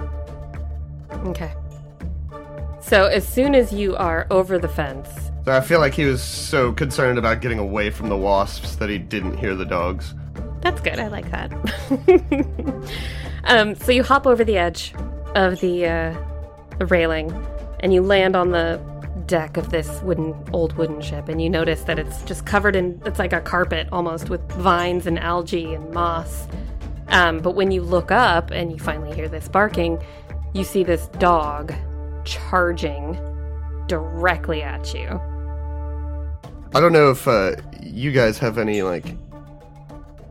S1: Okay. So as soon as you are over the fence,
S4: So I feel like he was so concerned about getting away from the wasps that he didn't hear the dogs.
S1: that's good. I like that. um, so you hop over the edge of the, uh, the railing, and you land on the deck of this wooden, old wooden ship, and you notice that it's just covered in it's like a carpet almost with vines and algae and moss. Um, but when you look up and you finally hear this barking, you see this dog charging directly at you.
S4: I don't know if uh, you guys have any like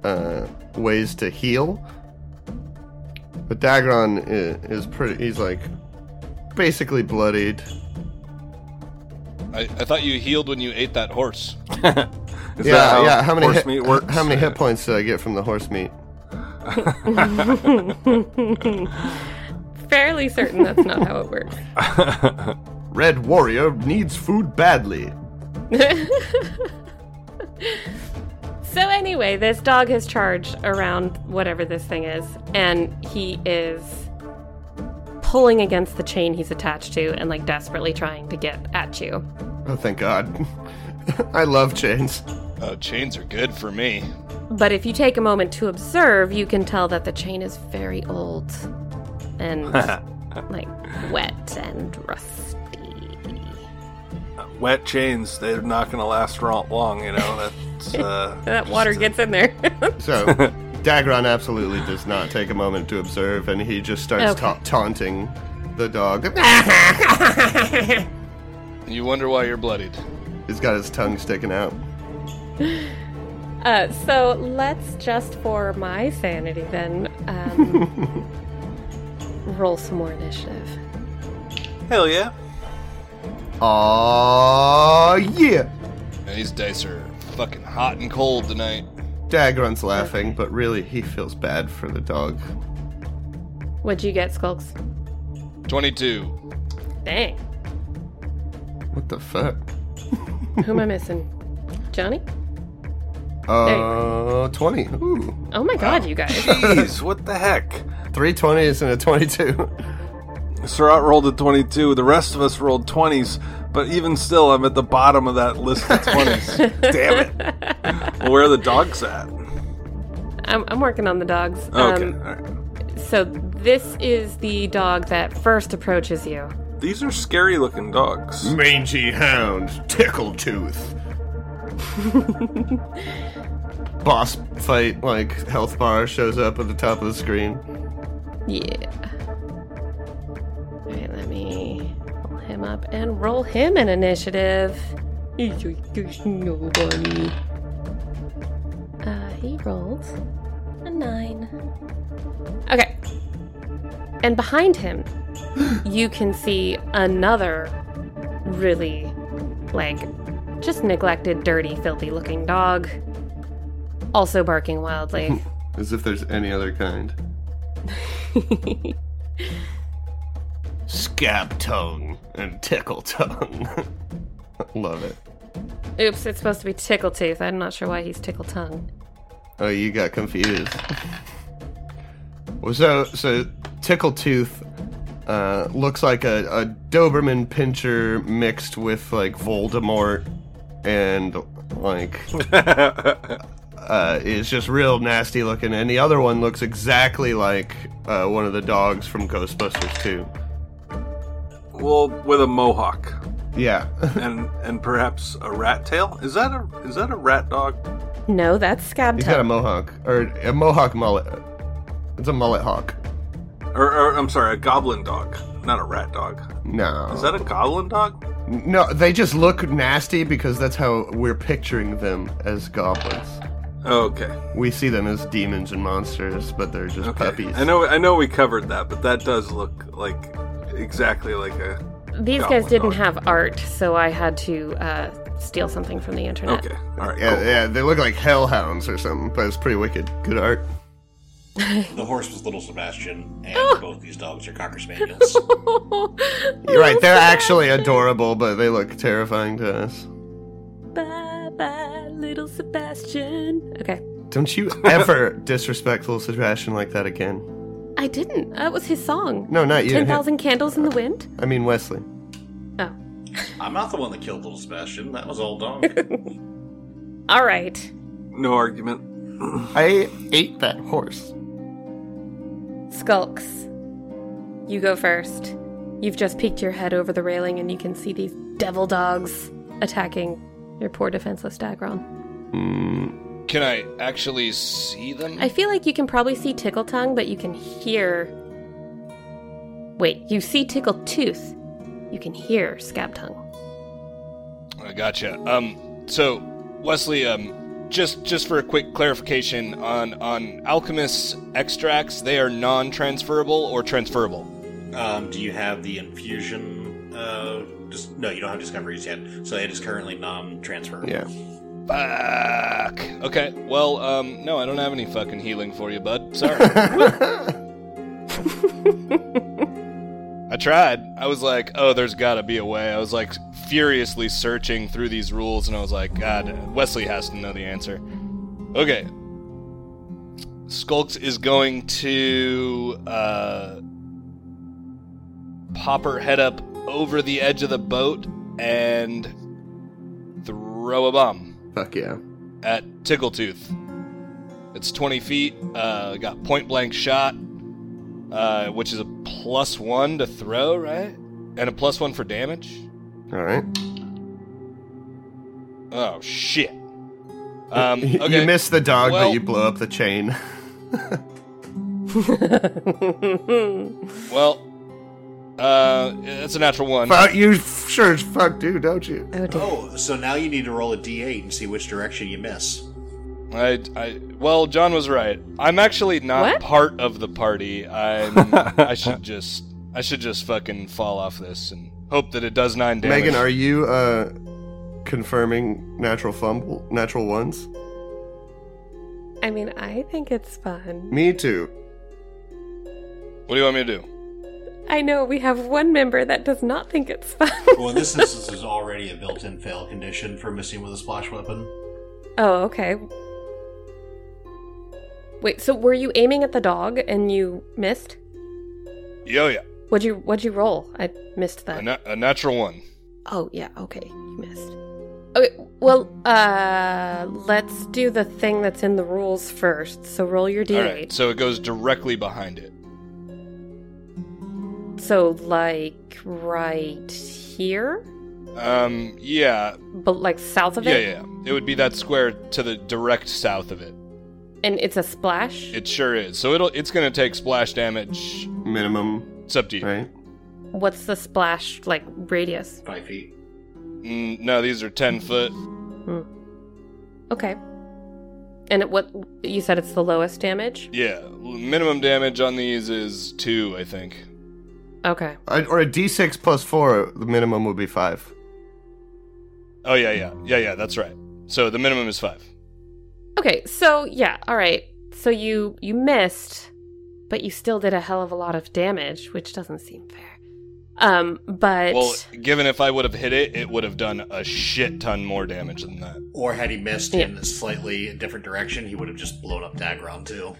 S4: uh, ways to heal, but Dagron i- is pretty. He's like basically bloodied.
S7: I, I thought you healed when you ate that horse.
S3: Is
S4: yeah,
S3: that how
S4: yeah. How many
S3: oh, horse
S4: hit,
S3: meat works?
S4: How many hit points did I get from the horse meat?
S1: Fairly certain that's not how it works.
S4: Red warrior needs food badly.
S1: So anyway, this dog has charged around whatever this thing is, and he is pulling against the chain he's attached to and like desperately trying to get at you.
S4: Oh, thank God. I love chains.
S7: Oh, chains are good for me.
S1: But if you take a moment to observe, you can tell that the chain is very old and like wet and rusty.
S3: Wet chains, they're not going to last ro- long, you know. That's, uh,
S1: That water
S3: just-
S1: gets in there.
S4: So, Dagron absolutely does not take a moment to observe, and he just starts
S1: Okay.
S4: ta- taunting the dog.
S7: You wonder why you're bloodied.
S4: He's got his tongue sticking out.
S1: Uh, so let's just for my sanity then um, roll some more initiative.
S3: Hell yeah.
S4: Aw, yeah!
S7: And these dice are fucking hot and cold tonight.
S4: Dagron's laughing, but really he feels bad for the dog.
S1: What'd you get, Skulks?
S7: 22.
S1: Dang.
S4: What the fuck?
S1: Who am I missing? Johnny?
S4: Uh, 20. Ooh.
S1: Oh my god, you guys.
S3: Jeez, what the heck?
S4: Three 20s and a 22.
S3: Surat rolled a 22. The rest of us rolled 20s, but even still, I'm at the bottom of that list of 20s. Damn it. Where are the dogs at?
S1: I'm, I'm working on the dogs.
S3: Okay.
S1: Um,
S3: all right.
S1: so this is the dog that first approaches you.
S3: These are scary looking dogs.
S4: Mangy hound, tickle tooth. Boss fight, like health bar shows up at the top of the screen.
S1: Yeah. Alright, let me roll him up and roll him an initiative. Uh, There's nobody. Uh, he rolled a nine. Okay. And behind him, you can see another really, like, just neglected, dirty, filthy looking dog. Also barking wildly.
S4: As if there's any other kind. Scab tongue and tickle tongue. Love it.
S1: Oops, it's supposed to be Tickle Tooth. I'm not sure why he's Tickle Tongue.
S4: Oh, you got confused. Well, so so tickle tooth uh, looks like a, a Doberman pincher mixed with like Voldemort and like uh, is just real nasty looking, and the other one looks exactly like uh, one of the dogs from Ghostbusters 2.
S3: Well, with a mohawk
S4: Yeah,
S3: and and perhaps a rat tail. Is that a is that a rat dog?
S1: No, that's Scab
S4: he's got a
S1: Tongue.
S4: mohawk or a mohawk mullet. It's a mullet hawk.
S3: Or, or I'm sorry, a goblin dog, not a rat dog.
S4: No,
S3: Is that a goblin dog?
S4: No, they just look nasty because that's how we're picturing them as goblins.
S3: Okay.
S4: We see them as demons and monsters, but they're just
S3: Okay.
S4: puppies.
S3: I know I know we covered that, but that does look like exactly like a
S1: These
S3: Goblin
S1: guys didn't
S3: dog.
S1: have art, so I had to uh, steal something from the internet.
S3: Okay. All right.
S4: Yeah,
S3: cool.
S4: yeah, they look like hellhounds or something, but it's pretty wicked. Good art.
S5: The horse was Little Sebastian, and both these dogs are cocker spaniels.
S4: You're right, they're actually adorable, but they look terrifying to us.
S1: Bye bye, little Sebastian. Okay.
S4: Don't you ever disrespect Little Sebastian like that again.
S1: I didn't. That was his song.
S4: No, not you.
S1: 10,000 Candles in the Wind?
S4: I mean Wesley.
S1: Oh.
S5: I'm not the one that killed Little Sebastian. That was old dog.
S1: All right.
S3: No argument.
S4: I ate that horse.
S1: Skulks, you go first. You've just peeked your head over the railing and you can see these devil dogs attacking your poor defenseless Dagron.
S4: Mm,
S7: Can I actually see them?
S1: I feel like you can probably see Tickle Tongue, but you can hear. Wait, you see Tickle Tooth. You can hear Scab Tongue.
S7: I gotcha. Um, so Wesley, um, just just for a quick clarification on on alchemist extracts, they are non-transferable or transferable.
S5: um, do you have the infusion? Uh, just no, you don't have discoveries yet, so it is currently non-transferable.
S4: Yeah.
S7: Fuck. Okay. Well, um, no, I don't have any fucking healing for you, bud. Sorry. I tried. I was like, oh, there's got to be a way. I was like furiously searching through these rules, and I was like, God, Wesley has to know the answer. Okay. Skulks is going to uh, pop her head up over the edge of the boat and throw a bomb
S4: Fuck yeah.
S7: at Tickletooth. It's 20 feet, uh, got point blank shot, uh, which is a plus one to throw, right? And a plus one for damage.
S4: All right.
S7: Oh, shit. Um, okay.
S4: You miss the dog,
S7: Well-
S4: but you blow up the chain.
S7: Well, uh, it's a natural one.
S4: Fuck you, f- sure as fuck do, don't you?
S1: Oh dear.
S5: Oh, so now you need to roll a d8 and see which direction you miss.
S7: I, I, well, John was right. I'm actually not
S1: What?
S7: part of the party. I'm, I should just, I should just fucking fall off this and hope that it does nine damage.
S4: Megan, are you uh confirming natural fumble, natural ones?
S1: I mean, I think it's fun.
S4: Me too.
S7: What do you want me to do?
S1: I know we have one member that does not think it's fun.
S5: Well, in this instance, there's already a built-in fail condition for missing with a splash weapon.
S1: oh, okay. Wait, so were you aiming at the dog and you missed?
S7: Yo, yeah,
S1: What'd you what'd you roll? I missed
S7: a,
S1: that.
S7: na- a natural one.
S1: Oh yeah, okay. You missed. Okay, well, uh let's do the thing that's in the rules first. So roll your D8.
S7: All right, so it goes directly behind it.
S1: So like right here?
S7: Um, yeah,
S1: But like south of
S7: yeah,
S1: it?
S7: yeah. It would be that square to the direct south of it.
S1: And it's a splash?
S7: It sure is. So it'll, it's gonna take splash damage.
S4: Minimum,
S7: It's up to you.
S4: right?
S1: What's the splash like radius?
S5: Five feet.
S7: Mm, no, these are ten foot.
S1: Okay. And it, what you said it's the lowest damage?
S7: Yeah, minimum damage on these is two, I think.
S1: Okay.
S4: I, or a D6 plus four, the minimum would be five.
S7: Oh yeah, yeah, yeah, yeah. That's right. So the minimum is five.
S1: Okay, so yeah, all right. So you you missed, but you still did a hell of a lot of damage, which doesn't seem fair. Um, but
S7: Well, given if I would have hit it, it would have done a shit ton more damage than that.
S5: Or had he missed
S1: Yeah.
S5: in a slightly different direction, he would have just blown up Dagron too.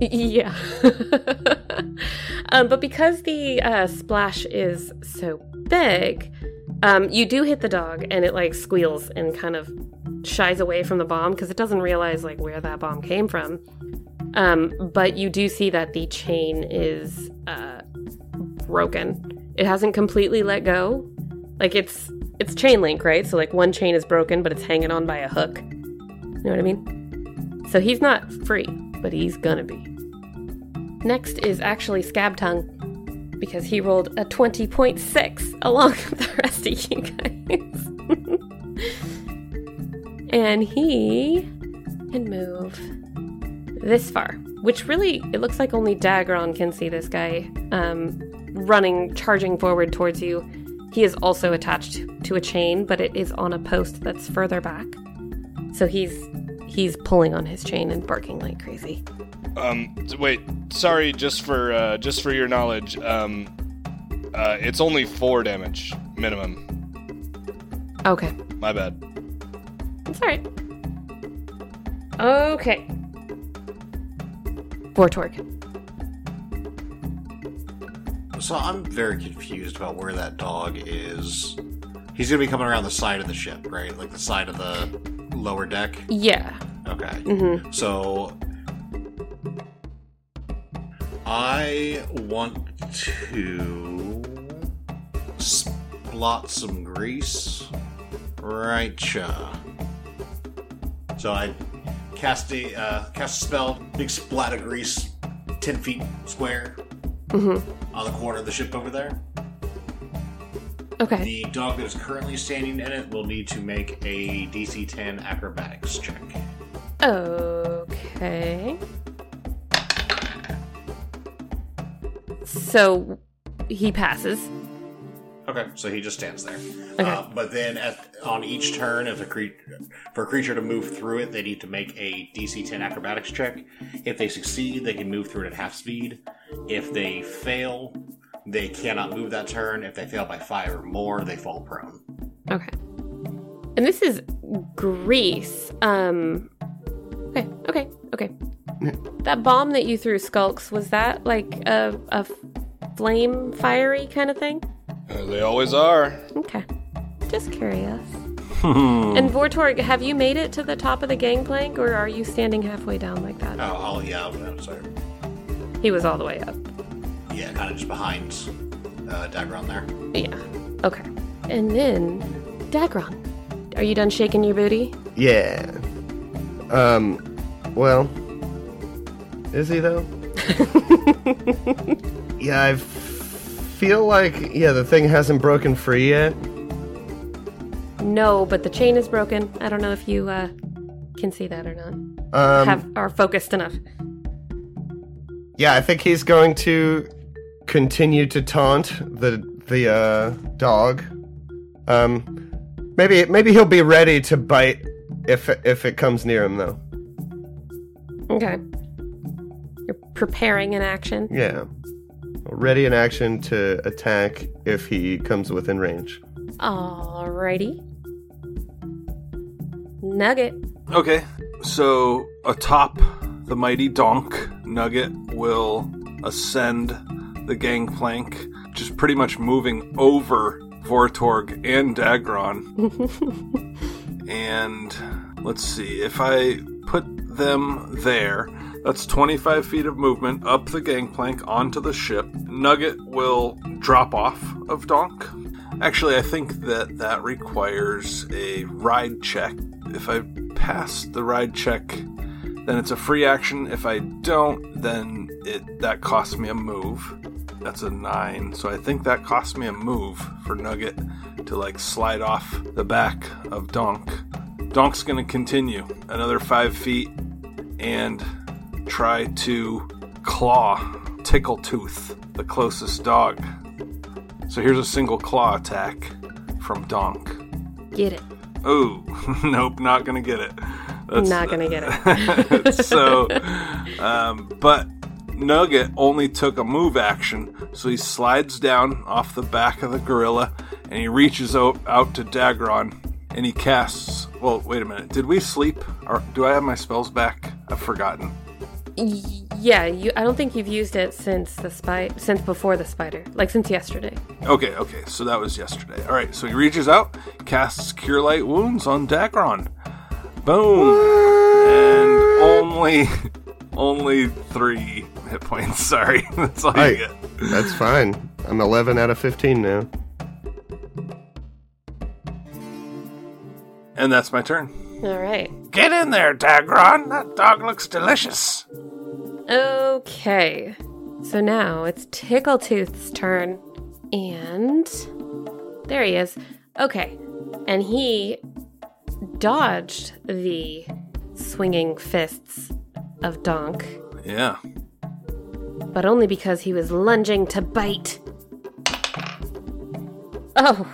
S1: yeah. um, but because the uh, splash is so big, um, you do hit the dog, and it like squeals and kind of shies away from the bomb because it doesn't realize like where that bomb came from. Um, but you do see that the chain is uh, broken. It hasn't completely let go. Like it's it's chain link, right? So like one chain is broken, but it's hanging on by a hook. You know what I mean? So he's not free, but he's gonna be. Next is actually Scab Tongue, because he rolled a 20.6 along with the rest of you guys. and he can move this far, which really, it looks like only Dagron can see this guy um, running, charging forward towards you. He is also attached to a chain, but it is on a post that's further back. So he's he's pulling on his chain and barking like crazy.
S7: Um, t- wait, sorry, just for uh, just for your knowledge, um, uh, it's only four damage minimum.
S1: Okay.
S7: My bad.
S1: It's all right. Okay. Vortorg.
S5: So I'm very confused about where that dog is. He's gonna be coming around the side of the ship, right? Like the side of the lower deck.
S1: Yeah.
S5: Okay.
S1: hmm
S5: So I want to splot some grease. Rightcha. So I cast a uh, cast a spell, big splat of grease, ten feet square
S1: hmm
S5: on the corner of the ship over there.
S1: Okay.
S5: The dog that is currently standing in it will need to make a DC 10 acrobatics check.
S1: Okay. So he passes.
S5: Okay, so he just stands there.
S1: Okay.
S5: Uh, but then at, on each turn, if a cre- for a creature to move through it, they need to make a DC 10 acrobatics check. If they succeed, they can move through it at half speed. If they fail, they cannot move that turn. If they fail by five or more, they fall prone.
S1: Okay. And this is Greece. Um Okay, okay, okay. that bomb that you threw, Skulks, was that like a, a flame fiery kind of thing?
S7: Uh, they always are.
S1: Okay. Just curious. and Vortorg, have you made it to the top of the gangplank or are you standing halfway down like that?
S5: Oh, oh yeah, I'm, I'm sorry.
S1: He was all the way up.
S5: Yeah, kind of just behind uh, Dagron there.
S1: Yeah. Okay. And then, Dagron, are you done shaking your booty?
S4: Yeah. Um, well, is he though? yeah, I feel like yeah, the thing hasn't broken free yet.
S1: No, but the chain is broken. I don't know if you uh, can see that or not.
S4: Um,
S1: Have are focused enough.
S4: yeah, I think he's going to continue to taunt the the uh, dog. Um, maybe maybe he'll be ready to bite if if it comes near him though.
S1: Okay. You're preparing an action.
S4: Yeah. Ready in action to attack if he comes within range.
S1: Alrighty. Nugget.
S3: Okay, so atop the mighty donk, Nugget will ascend the gangplank, just pretty much moving over Vortorg and Dagron. and let's see, if I put them there, that's 25 feet of movement up the gangplank onto the ship. Nugget will drop off of Donk. Actually, I think that that requires a ride check. If I pass the ride check, then it's a free action. If I don't, then it that costs me a move. That's a nine, so I think that cost me a move for Nugget to like slide off the back of Donk. Donk's gonna continue another five feet and try to claw Tickle Tooth, the closest dog. So here's a single claw attack from Donk.
S1: Get it.
S3: Oh, nope, not gonna get it. That's,
S1: Not gonna get it.
S3: so, um, but Nugget only took a move action, so he slides down off the back of the gorilla and he reaches out, out to Dagron and he casts. Well, wait a minute. Did we sleep? Or do I have my spells back? I've forgotten.
S1: Y- yeah, you, I don't think you've used it since the spy, since before the spider, like since yesterday.
S3: Okay, okay, so that was yesterday. All right, so he reaches out, casts Cure Light Wounds on Dagron. Boom! And only, only three hit points. Sorry, that's all
S4: Hey.
S3: you get.
S4: That's fine. I'm 11 out of 15 now.
S3: And that's my turn.
S1: All right.
S3: Get in there, Dagron. That dog looks delicious.
S1: Okay. So now it's Tickletooth's turn. And there he is. Okay. And he dodged the swinging fists of Donk,
S3: Yeah.
S1: but only because he was lunging to bite. Oh,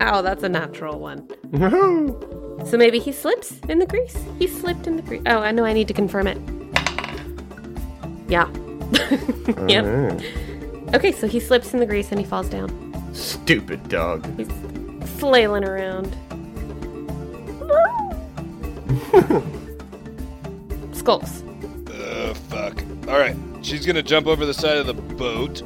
S1: ow, that's a natural one. So maybe he slips in the grease. He slipped in the grease. Oh, I know I need to confirm it. Yeah. yep. Okay, so he slips in the grease and he falls down.
S4: Stupid dog.
S1: He's flailing around. Skulls.
S7: Uh, fuck. All right, she's gonna jump over the side of the boat.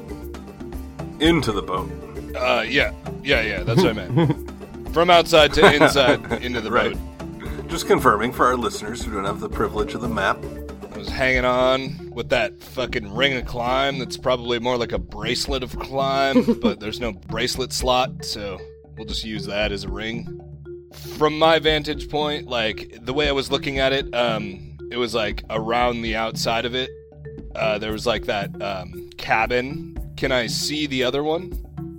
S3: Into the boat.
S7: Uh, yeah, yeah, yeah. That's what I meant. From outside to inside into the
S3: Right.
S7: boat.
S3: Just confirming for our listeners who don't have the privilege of the map.
S7: I was hanging on with that fucking ring of climb. That's probably more like a bracelet of climb, but there's no bracelet slot, so we'll just use that as a ring. From my vantage point, like the way I was looking at it, um, it was like around the outside of it. Uh, there was like that um, cabin. Can I see the other one?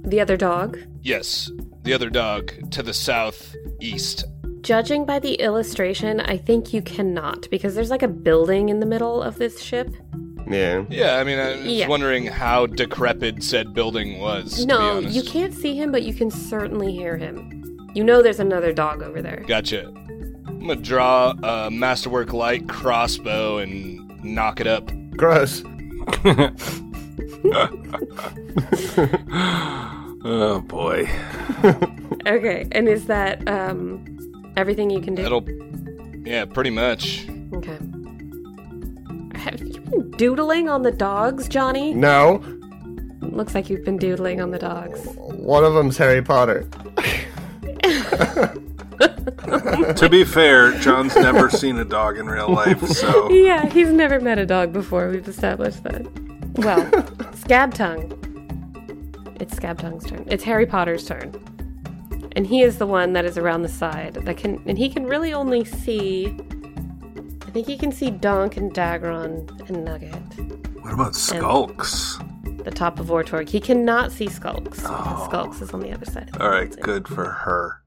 S1: The other dog.
S7: Yes, the other dog to the southeast.
S1: Judging by the illustration, I think you cannot because there's like a building in the middle of this ship.
S4: Yeah.
S7: Yeah, I mean, I was
S1: Yeah.
S7: wondering how decrepit said building was.
S1: no,
S7: to be honest.
S1: you can't see him, but you can certainly hear him. You know there's another dog over there.
S7: Gotcha. I'm gonna draw a masterwork light crossbow and knock it up.
S4: Gross.
S3: Oh boy.
S1: Okay, and is that um everything you can do?
S7: That'll, yeah, pretty much.
S1: Okay. been doodling on the dogs, Johnny?
S4: No,
S7: Mm.
S1: Looks like you've been doodling on the dogs.
S4: one of them's Harry Potter.
S3: to be fair, John's never seen a dog in real life, so
S1: Yeah, he's never met a dog before. We've established that. Well, Scab Tongue. It's Scab Tongue's turn. It's Harry Potter's turn. And he is the one that is around the side that can and he can really only see I think he can see Donk and Dagron and Nugget.
S3: what about skulks?
S1: The top of Ortorg. He cannot see Skulks. because Skulks is on the other side.
S3: Oh. All right, good for her.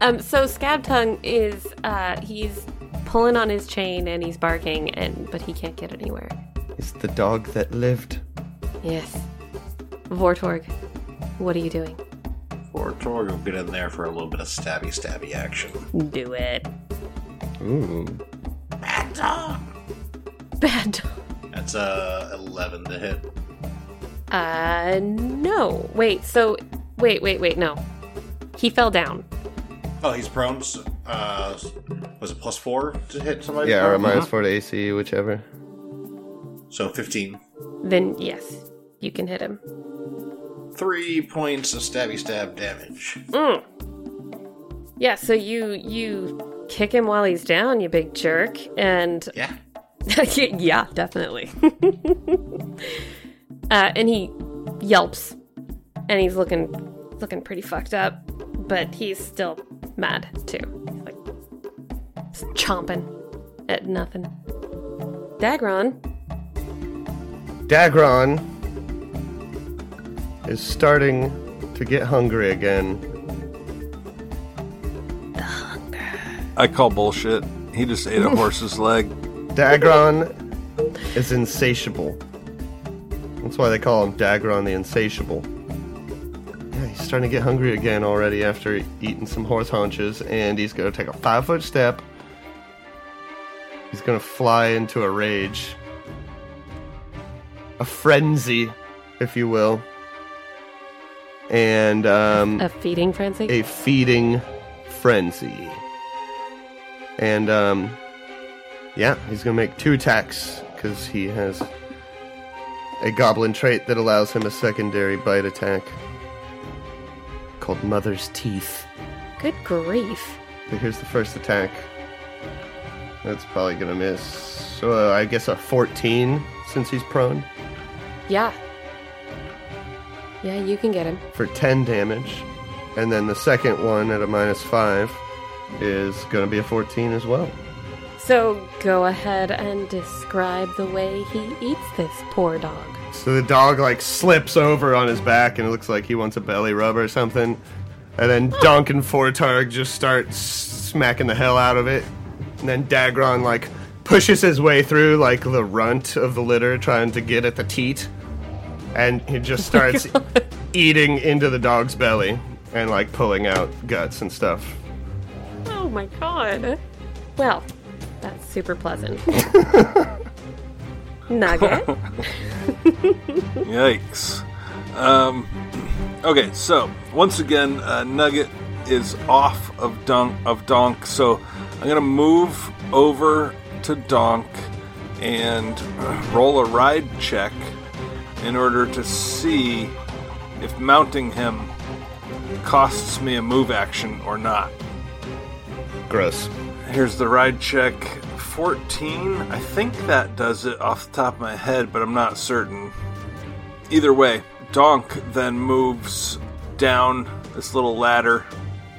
S1: Um, so Scabtongue is uh, he's pulling on his chain and he's barking, and but he can't get anywhere.
S8: It's the dog that lived.
S1: Yes, Vortorg, what are you doing?
S5: Or Torg will get in there for a little bit of stabby stabby action.
S1: Do it,
S8: Ooh.
S6: Bad dog.
S1: bad. dog.
S5: That's uh, 11 to hit.
S1: Uh, no. Wait. So, wait, wait, wait. No, he fell down.
S5: Oh, he's prone. so, Uh, was it plus four to hit somebody?
S8: Yeah, or a
S4: Uh-huh.
S5: Prone?
S8: minus four to AC, whichever.
S5: So 15.
S1: Then yes, you can hit him.
S5: Three points of stabby stab damage.
S1: Mm. Yeah. So you you kick him while he's down, you big jerk, and
S5: Yeah.
S1: yeah, definitely. uh, and he yelps, and he's looking looking pretty fucked up, but he's still mad too. He's like chomping at nothing. Dagron,
S4: Dagron is starting to get hungry again.
S3: I call bullshit. He just ate a horse's leg.
S4: Dagron is insatiable. That's why they call him Dagron the Insatiable. Yeah, he's starting to get hungry again already after eating some horse haunches, and he's gonna take a five foot step. He's gonna fly into a rage. A frenzy, if you will. And um
S1: a feeding frenzy.
S4: a feeding frenzy. And um yeah, he's going to make two attacks cuz he has a goblin trait that allows him a secondary bite attack called Mother's Teeth.
S1: Good grief!
S4: So here's the first attack. That's probably going to miss. So uh, I guess a 14 since he's prone
S1: Yeah, yeah, you can get him.
S4: for 10 damage. And then the second one at a minus 5 is going to be a 14 as well.
S1: So go ahead and describe the way he eats this poor dog.
S4: So the dog like slips over on his back and it looks like he wants a belly rub or something. And then Dunk and Fortarg just start s- smacking the hell out of it. And then Dagron like pushes his way through like the runt of the litter trying to get at the teat. And he just starts eating into the dog's belly and like pulling out guts and stuff.
S1: Oh my god. Well, that's super pleasant. Nugget.
S3: Yikes. Um, okay, so once again, uh, Nugget is off of Donk, of Donk, so I'm gonna move over to Donk and uh, roll a ride check in order to see if mounting him costs me a move action or not.
S4: Gross.
S3: Here's the ride check 14. I think that does it off the top of my head, but I'm not certain. Either way, Donk then moves down this little ladder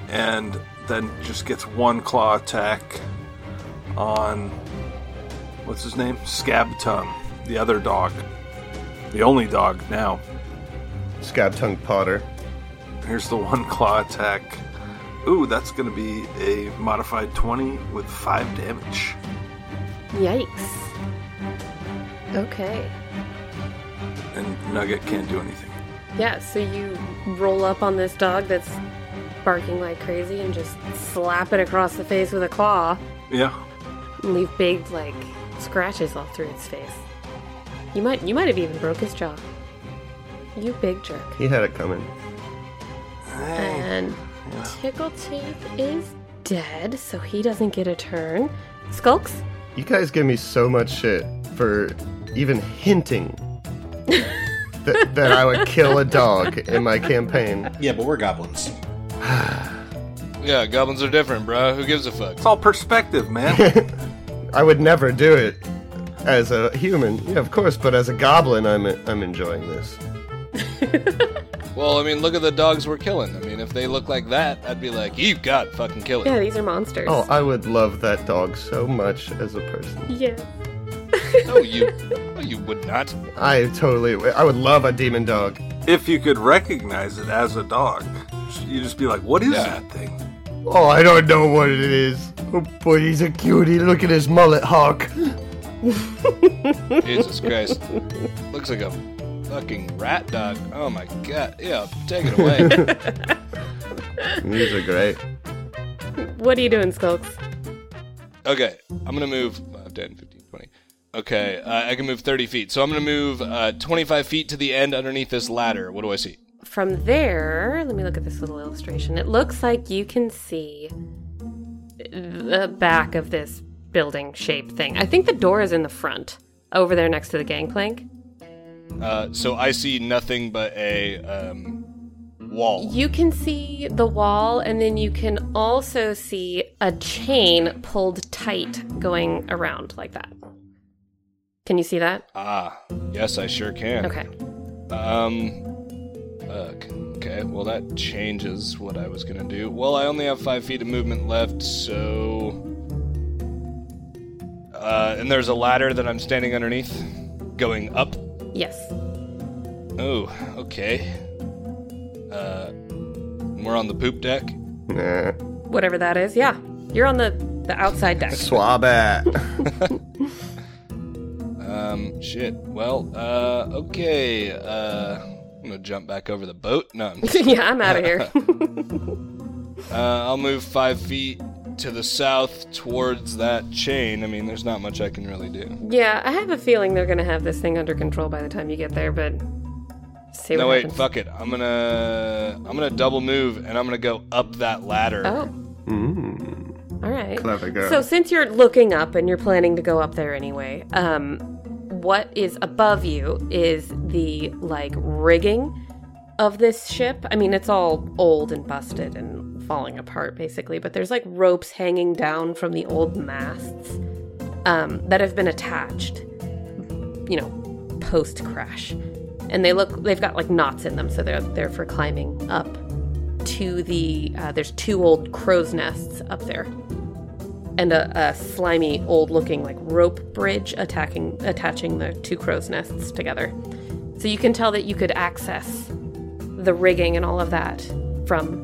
S3: and then just gets one claw attack on what's his name? Scab Tongue, the other dog. The only dog now.
S4: Scab tongue Potter.
S3: Here's the one claw attack. Ooh, that's going to be a modified 20 with 5 damage.
S1: Yikes. Okay.
S3: and Nugget can't do anything.
S1: Yeah, so you roll up on this dog that's barking like crazy and just slap it across the face with a claw
S3: Yeah.
S1: and leave big like scratches all through its face. You might you might have even broke his jaw. You big jerk.
S4: He had it coming.
S1: And Tickle Teeth is dead, so he doesn't get a turn. Skulks?
S4: You guys give me so much shit for even hinting that, that I would kill a dog in my campaign.
S5: Yeah, but we're goblins.
S7: Yeah, goblins are different, bro. Who gives a fuck?
S3: It's all perspective, man.
S4: I would never do it as a human, yeah, of course, but as a goblin, I'm I'm enjoying this.
S7: Well, I mean, look at the dogs we're killing. I mean, if they look like that, I'd be like, you got fucking killing.
S1: Yeah, these are monsters.
S4: Oh, I would love that dog so much as a person.
S1: Yeah.
S7: No, you, no, you would not.
S4: I totally, I would love a demon dog.
S3: if you could recognize it as a dog, you just be like, what is
S7: Yeah.
S3: that thing?
S4: Oh, I don't know what it is. Oh, boy, he's a cutie. Look at his mullet hawk.
S7: Jesus Christ, looks like a fucking rat dog. Oh my god. Yeah, take it away.
S4: These are great.
S1: What are you doing, Skulks?
S7: okay, I'm gonna move uh, 5, 10, 15, 20. Okay, uh, I can move 30 feet. So I'm gonna move uh, 25 feet to the end underneath this ladder. What do I see?
S1: From there, let me look at this little illustration. It looks like you can see the back of this building shape thing. I think the door is in the front, over there next to the gangplank.
S7: Uh, so I see nothing but a um, wall.
S1: You can see the wall, and then you can also see a chain pulled tight going around like that. Can you see that?
S7: Ah, yes, I sure can.
S1: Okay.
S7: Um. Fuck. Okay. Well, that changes what I was gonna do. Well, I only have five feet of movement left, so. Uh, and there's a ladder that I'm standing underneath, going up.
S1: Yes.
S7: Oh, okay. Uh, we're on the poop deck.
S4: Nah.
S1: Whatever that is. Yeah. You're on the, the outside deck.
S4: Swab at.
S7: Um, shit. Well, uh, okay. Uh, I'm gonna jump back over the boat. No, I'm
S1: yeah, I'm out of here.
S7: Uh, I'll move five feet to the south towards that chain. I mean, there's not much I can really do.
S1: yeah, I have a feeling they're going to have this thing under control by the time you get there, but see what
S7: No, wait,
S1: happens.
S7: fuck it. I'm gonna I'm gonna double move and I'm gonna go up that ladder.
S1: Oh. All right.
S4: Clever girl.
S1: So since you're looking up and you're planning to go up there anyway, um, what is above you is the like rigging of this ship. I mean, it's all old and busted and falling apart basically, but there's like ropes hanging down from the old masts um, that have been attached, you know, post crash, and they look they've got like knots in them, so they're they're for climbing up to the uh, there's two old crow's nests up there and a, a slimy old looking like rope bridge attacking attaching the two crow's nests together so you can tell that you could access the rigging and all of that from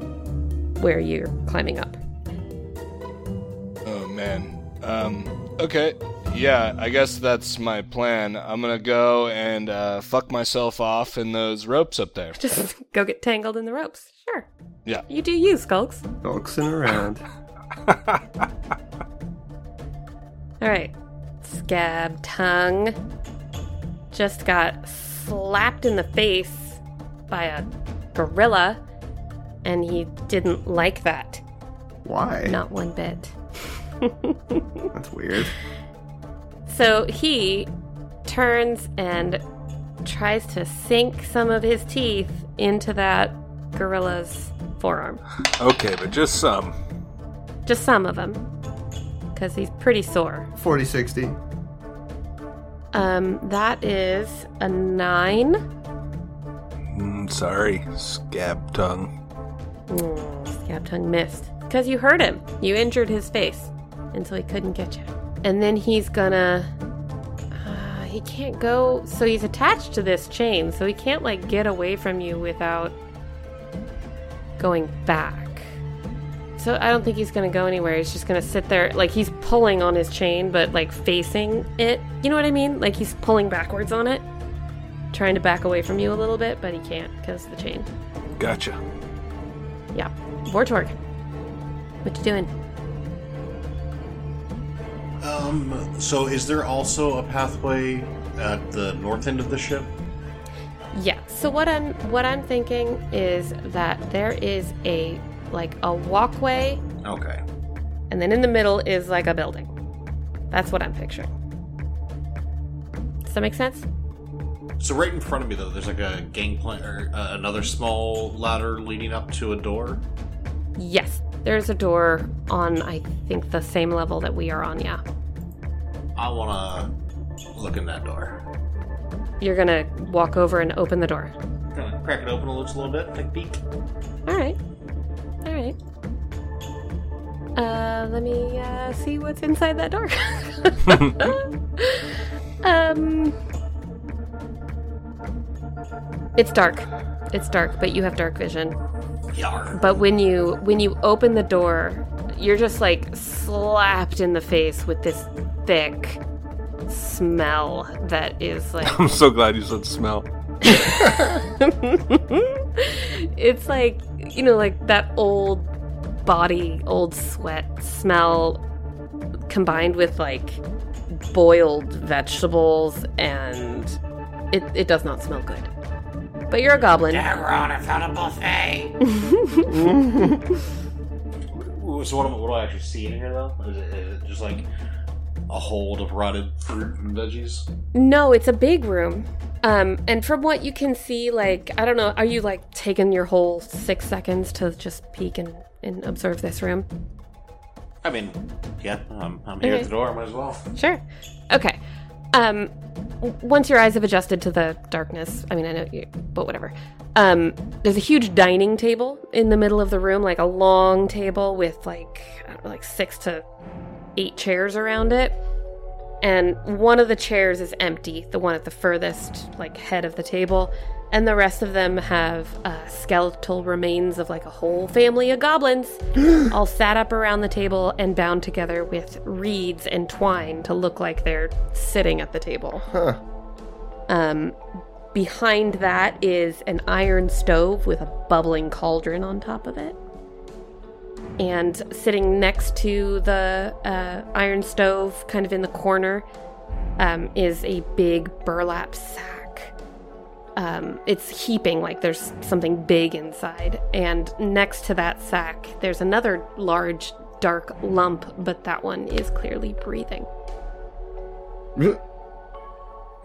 S1: where you're climbing up
S7: Oh, man. Um, okay. Yeah, I guess that's my plan. I'm gonna go and uh, fuck myself off in those ropes up there.
S1: just go get tangled in the ropes sure
S7: Yeah.
S1: you do you skulks
S4: Boxing around.
S1: all right scab tongue just got slapped in the face by a gorilla and he didn't like that
S4: Why?
S1: not one bit
S4: That's weird.
S1: So he turns and tries to sink some of his teeth into that gorilla's forearm.
S3: Okay, but just some.
S1: Just some of them. Because he's pretty sore.
S4: 40 60.
S1: Um, that is a nine.
S3: Mm, sorry, scab tongue.
S1: Mm, scab tongue missed. Because you hurt him. You injured his face. And so he couldn't get you. And then he's gonna. Uh, he can't go. So he's attached to this chain. So he can't, like, get away from you without going back. So I don't think he's gonna go anywhere. He's just gonna sit there, like he's pulling on his chain, but like facing it. You know what I mean? Like he's pulling backwards on it, trying to back away from you a little bit, but he can't because the chain.
S3: Gotcha.
S1: Yeah, Vortorg. What you doing?
S5: Um, so is there also a pathway at the north end of the ship?
S1: Yeah. So what I'm what I'm thinking is that there is a like a walkway,
S5: Okay.
S1: and then in the middle is like a building. That's what I'm picturing. that make sense?
S5: So right in front of me, though, there's like a gangplank or uh, another small ladder leading up to a door.
S1: Yes. There's a door on, I think, the same level that we are on, yeah.
S5: I want to look in that door.
S1: You're gonna walk over and open the door.
S5: Gonna crack it open a little, little bit, take a peek.
S1: Alright. Alright. Uh, let me uh, see what's inside that door. um, it's dark. It's dark, but you have dark vision.
S5: Yar.
S1: But when you when you open the door, you're just like slapped in the face with this thick smell that is like
S3: I'm so glad you said smell.
S1: it's like you know like that old body old sweat smell combined with like boiled vegetables and it, it does not smell good but you're a goblin
S6: Daron, I found a buffet.
S5: Ooh, So what, am- what do I actually see in here, though? Is it, is it just like a hold of rotted fruit and veggies?
S1: No, it's a big room. Um, and from what you can see, like, I don't know, are you like taking your whole six seconds to just peek and, and observe this room?
S5: I mean, yeah, I'm, I'm here
S1: Okay.
S5: at the door. I might as well.
S1: Sure. Okay. Um, w- once your eyes have adjusted to the darkness, I mean, I know you, but whatever. Um, there's a huge dining table in the middle of the room, like a long table with like I don't know, like six to eight chairs around it, and one of the chairs is empty, the one at the furthest like head of the table, and the rest of them have uh, skeletal remains of like a whole family of goblins all sat up around the table and bound together with reeds and twine to look like they're sitting at the table. Huh. Um, behind that is an iron stove with a bubbling cauldron on top of it. And sitting next to the uh, iron stove, kind of in the corner, um, is a big burlap sack um, it's heaping like there's something big inside and next to that sack there's another large dark lump but that one is clearly breathing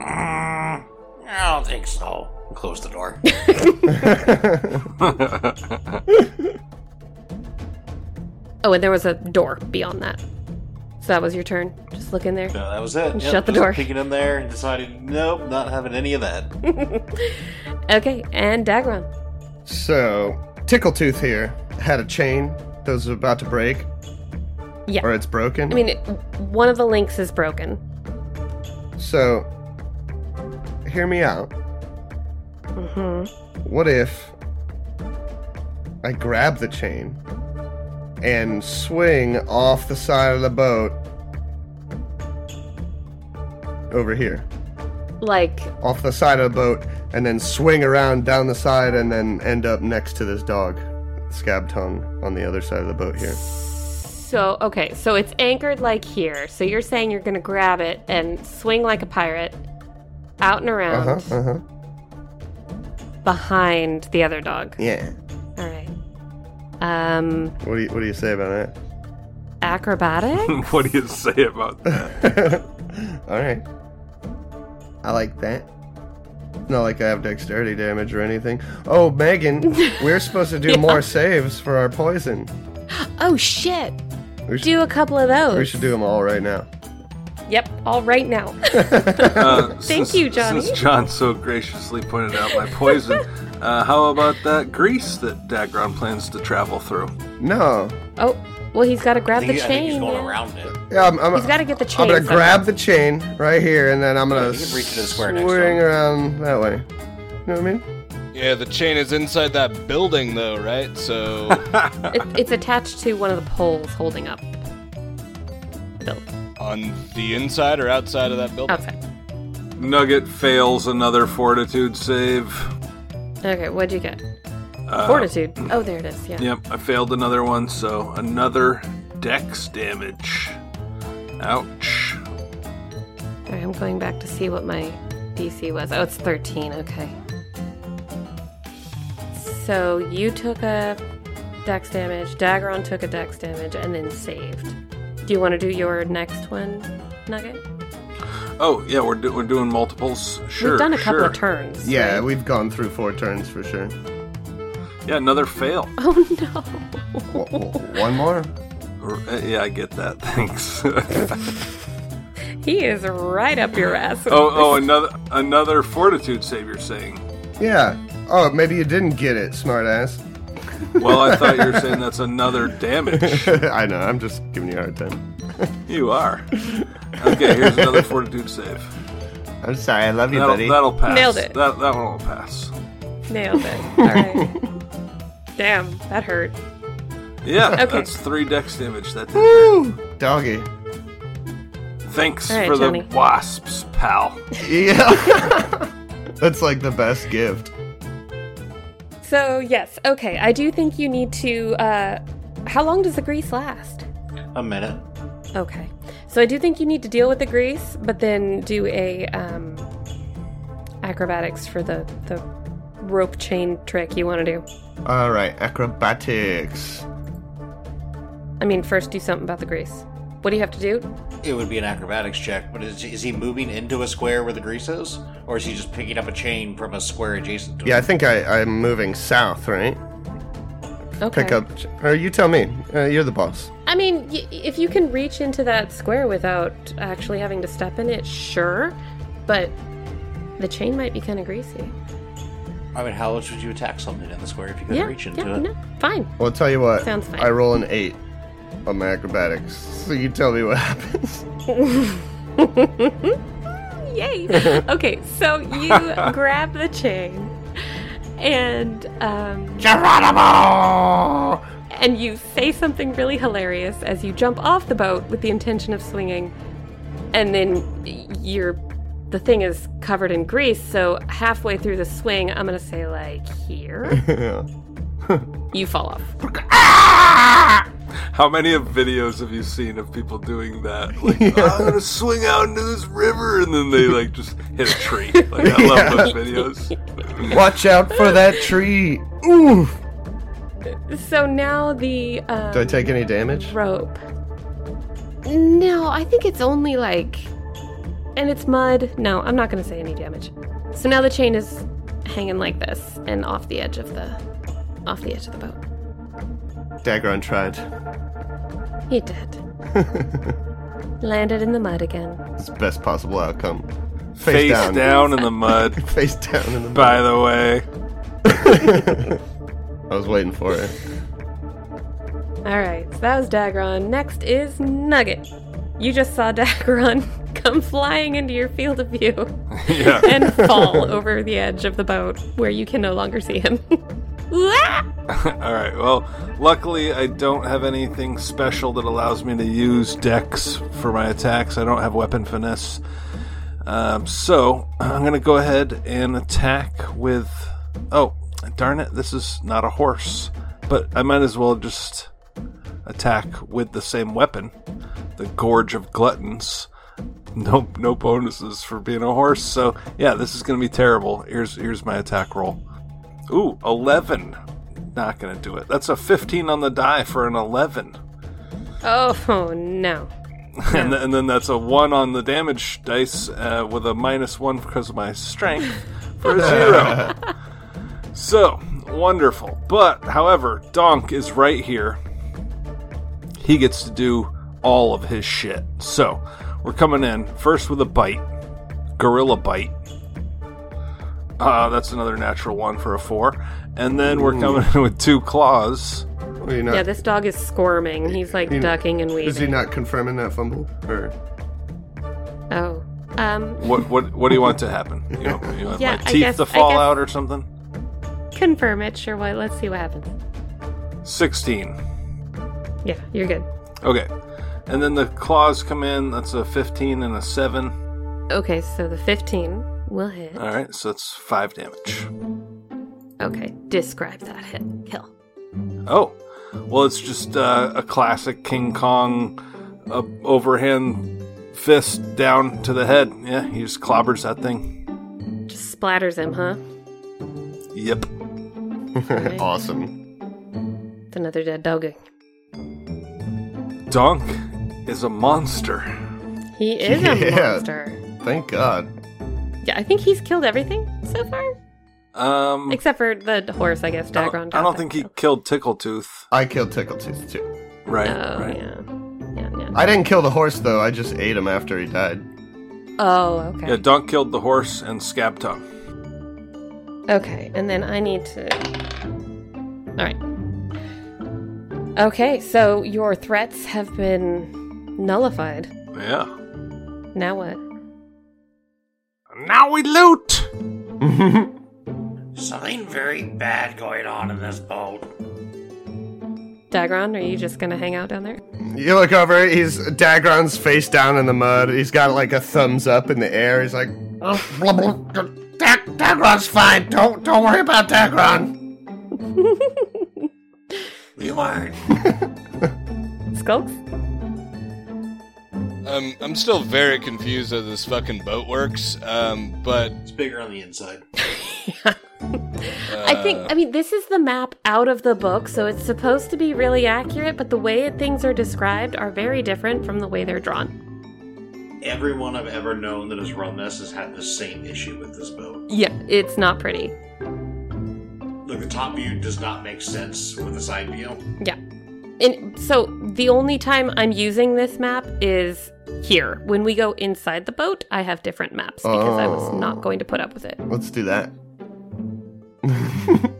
S6: I don't think so.
S5: Close the door.
S1: oh and there was a door beyond that so that was your turn just look in there
S5: No, that was it.
S1: Shut the
S5: just
S1: door.
S5: Peeking in there and deciding, nope, not having any of that.
S1: okay and dagron
S4: So, Tickletooth here had a chain that was about to break.
S1: Yeah.
S4: Or it's broken.
S1: i mean it, one of the links is broken
S4: so, hear me out.
S1: hmm
S4: What if I grab the chain and swing off the side of the boat over here?
S1: like
S4: Off the side of the boat and then swing around down the side and then end up next to this dog, scab tongue, on the other side of the boat here.
S1: so okay so it's anchored like here so you're saying you're gonna grab it and swing like a pirate out and
S4: Uh
S1: around
S4: huh, uh huh.
S1: behind the other dog
S4: Yeah.
S1: All right. Um,
S4: What do you What do you say about
S1: acrobatic?
S3: what do you say about that?
S4: that? All right. I like that. Not like I have dexterity damage or anything. Oh, Megan, we're supposed to do more saves for our poison.
S1: oh shit!
S4: We should,
S1: Do a couple of those.
S4: we should do them all right now.
S1: Yep, all right now.
S3: Uh,
S1: Thank
S3: since-
S1: you, Johnny.
S3: Since John so graciously pointed out my poison, uh, how about that grease that Dagron plans to travel through?
S4: No,
S1: oh, well, he's got to grab
S5: I think,
S1: the
S5: I think he's
S1: chain.
S5: going
S1: man.
S5: around it.
S4: yeah, I'm. I'm
S1: He's got to get the chain.
S4: I'm gonna
S1: somehow.
S4: grab the chain right here, and then I'm gonna
S5: You can reach to the square next to
S4: swing
S5: him.
S4: around that way. You know what I mean?
S7: Yeah, the chain is inside that building, though, right? So
S1: It, it's attached to one of the poles holding up. Bill,
S7: on the inside or outside of that building?
S1: outside.
S3: Nugget fails another fortitude save.
S1: Okay, what'd you get?
S5: Uh,
S1: Fortitude. Oh, there it is. Yeah.
S3: Yep, I failed another one, so another dex damage. Ouch.
S1: All right, I'm going back to see what my DC was. Oh, it's 13. Okay. So you took a dex damage, Daggeron took a dex damage, and then saved. Do you want to do your next one, Nugget?
S3: Oh yeah, we're, do- we're doing multiples. Sure,
S1: We've done a couple
S3: sure.
S1: of turns.
S4: Yeah,
S1: right?
S4: we've gone through four turns for sure.
S3: Yeah, another fail.
S1: Oh no.
S4: W- w- One more?
S3: R- uh, Yeah, I get that. Thanks. Oh,
S1: He is right up your ass.
S3: Oh, oh, another another fortitude save. You're saying?
S4: Yeah. Oh, maybe you didn't get it, smartass.
S3: Well, I thought you were saying that's another damage.
S4: I know, I'm just giving you a hard time.
S3: You are. Okay, here's another fortitude save.
S8: I'm sorry, I love you,
S3: That'll,
S8: buddy.
S3: that'll pass.
S1: Nailed it.
S3: That that one will pass.
S1: Nailed it. All right. Damn, that hurt.
S3: Yeah,
S1: Okay.
S3: that's three dex damage. That did.
S4: Doggy.
S3: Thanks
S1: All right,
S3: for
S1: Johnny.
S3: the wasps, pal.
S4: Yeah. That's like the best gift.
S1: So yes, okay. I do think you need to. Uh, how long does the grease last?
S5: A minute.
S1: Okay. So I do think you need to deal with the grease, but then do a um, acrobatics for the the rope chain trick you want to do.
S4: All right, acrobatics.
S1: I mean, first do something about the grease. What do you have to do?
S5: It would be an acrobatics check, but is, is he moving into a square where the grease is? Or is he just picking up a chain from a square adjacent to
S4: Yeah, I
S5: it?
S4: think I, I'm moving south, right?
S1: Okay.
S4: Pick up. Or you tell me. Uh, you're the boss.
S1: I mean, y- if you can reach into that square without actually having to step in it, sure. But the chain might be kind of greasy.
S5: I mean, how else would you attack something in the square if you could
S1: Yeah.
S5: reach into
S1: yeah.
S5: it?
S1: No. Fine.
S4: Well, tell you what.
S1: Sounds fine.
S4: I roll an eight on my acrobatics. So you tell me what happens.
S1: Yay! okay, so you grab the chain and um,
S4: Geronimo!
S1: and you say something really hilarious as you jump off the boat with the intention of swinging, and then you're the thing is covered in grease. So halfway through the swing, I'm gonna say like here, you fall off.
S3: How many of videos have you seen of people doing that? Like, "Oh, I'm gonna swing out into this river, and then they like just hit a tree. Like, I love those videos.
S4: Watch out for that tree! Ooh!
S1: So now the um,
S4: Do I take any damage?
S1: rope. No, I think it's only like. And it's mud. No, I'm not going to say any damage. So now the chain is hanging like this and off the edge of the off the edge of the boat.
S4: Dagger untried.
S1: He did. Landed in the mud again.
S4: It's the best possible outcome. Face,
S3: Face down. in the mud.
S4: Face down in the
S3: By the way,
S4: I was waiting for it.
S1: All right, so that was Dagron. Next is Nugget. You just saw Dagron come flying into your field of view
S3: yeah.
S1: and fall over the edge of the boat where you can no longer see him. Wah!
S3: All right. Well, luckily I don't have anything special that allows me to use dex for my attacks. I don't have weapon finesse. Um, so I'm gonna go ahead and attack with. Oh, darn it! This is not a horse, but I might as well just attack with the same weapon, the Gorge of Gluttons. No, no bonuses for being a horse. So yeah, this is gonna be terrible. Here's here's my attack roll. Ooh, 11. Not going to do it. That's a 15 on the die for an 11.
S1: Oh no.
S3: And, th- and then that's a 1 on the damage dice uh, with a minus 1 because of my strength for a 0. so, wonderful. But, however, Donk is right here. He gets to do all of his shit. So, we're coming in first with a bite. Gorilla bite. Uh, that's another natural one for a 4. And then we're coming in with two claws.
S4: Well, you're not,
S1: Yeah, this dog is squirming. He's like
S4: You know,
S1: ducking and
S4: is he
S1: weaving.
S4: not confirming that fumble? Or
S1: Oh, um,
S3: What what what do you want to happen? You, know, you want
S1: Yeah,
S3: my
S1: I
S3: teeth
S1: guess-
S3: to
S1: I
S3: fall
S1: guess-
S3: out or something?
S1: confirm it. Sure, what? Let's see what happens.
S3: Sixteen.
S1: Yeah, you're good.
S3: Okay, and then the claws come in. That's a fifteen and a seven.
S1: Okay, so the 15 will hit.
S3: All right, so that's five damage.
S1: Okay, describe that hit. Kill.
S3: Oh, well, it's just uh, a classic King Kong uh, overhand fist down to the head. Yeah, he just clobbers that thing.
S1: Just splatters him, huh?
S3: Yep.
S1: Alright,
S4: awesome.
S1: It's another dead dog.
S3: Donk is a monster.
S1: He is a
S4: Yeah.
S1: monster.
S4: Thank God.
S1: Yeah, I think he's killed everything so far.
S3: Um,
S1: Except for the horse, I guess.
S3: I
S1: Dagron.
S3: don't, I don't think he killed Tickletooth.
S4: I killed Tickletooth too.
S3: Right.
S1: Oh
S3: right.
S1: yeah. Yeah, yeah.
S4: I didn't kill the horse though. I just ate him after he died.
S1: Oh,
S3: Yeah,
S1: okay.
S3: Dunk killed the horse and Scab Tongue.
S1: Okay, and then I need to. All right. Okay, so your threats have been nullified.
S3: Yeah.
S1: Now what?
S3: Now we loot!
S6: Something very bad going on in this boat.
S1: Dagron, are you just gonna hang out down there?
S4: You look over. He's Dagron's face down in the mud. He's got like a thumbs up in the air. He's like, "Oh,
S6: Dag- Dagron's fine. Don't don't worry about Dagron. we learned.
S1: Skulks?
S7: Um, I'm still very confused how this fucking boat works. Um, but
S5: It's bigger on the inside.
S1: I think, I mean, this is the map out of the book, so it's supposed to be really accurate, but the way that things are described are very different from the way they're drawn.
S5: Everyone I've ever known that has run this has had the same issue with this boat.
S1: Yeah, it's not pretty.
S5: Like the top view does not make sense with the side view.
S1: Yeah. And so the only time I'm using this map is here. When we go inside the boat, I have different maps because I was
S4: Oh.
S1: not going to put up with it.
S4: let's do that.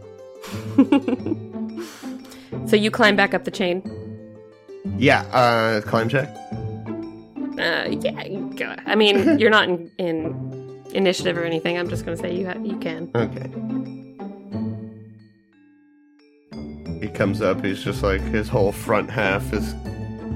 S1: So you climb back up the chain.
S4: Yeah. Uh, climb check.
S1: Uh, yeah, go. I mean, you're not in, in initiative or anything. I'm just going to say you ha- you can.
S4: Okay. He comes up. He's just like his whole front half is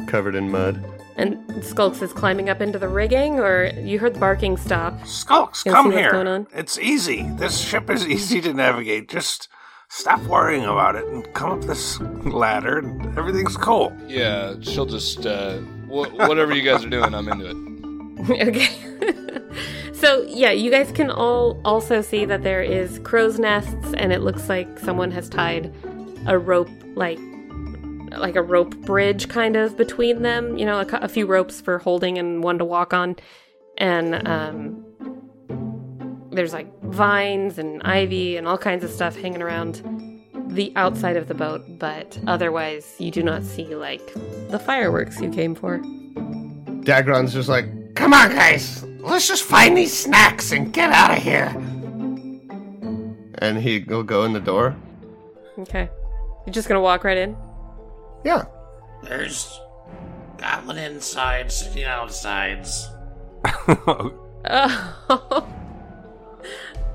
S4: covered in mud.
S1: And Skulks is climbing up into the rigging, or you heard the barking stop.
S3: Skulks,
S1: You'll
S3: come
S1: see what's
S3: here.
S1: going on.
S3: It's easy. This ship is easy to navigate. Just stop worrying about it and come up this ladder and everything's cool.
S7: yeah, she'll just uh, wh- whatever you guys are doing, I'm into it.
S1: okay. so yeah, you guys can all also see that there is crow's nests, and it looks like someone has tied a rope, like like a rope bridge kind of between them. You know, a, cou- a few ropes for holding and one to walk on, and um, there's like vines and ivy and all kinds of stuff hanging around the outside of the boat but otherwise you do not see like the fireworks you came for
S4: Dagron's just like,
S6: Come on, guys. Let's just find these snacks and get out of here.
S4: and he'll go in the door.
S1: Okay. You're just gonna walk right in?
S4: Yeah.
S6: There's goblin insides sitting outsides.
S1: Oh.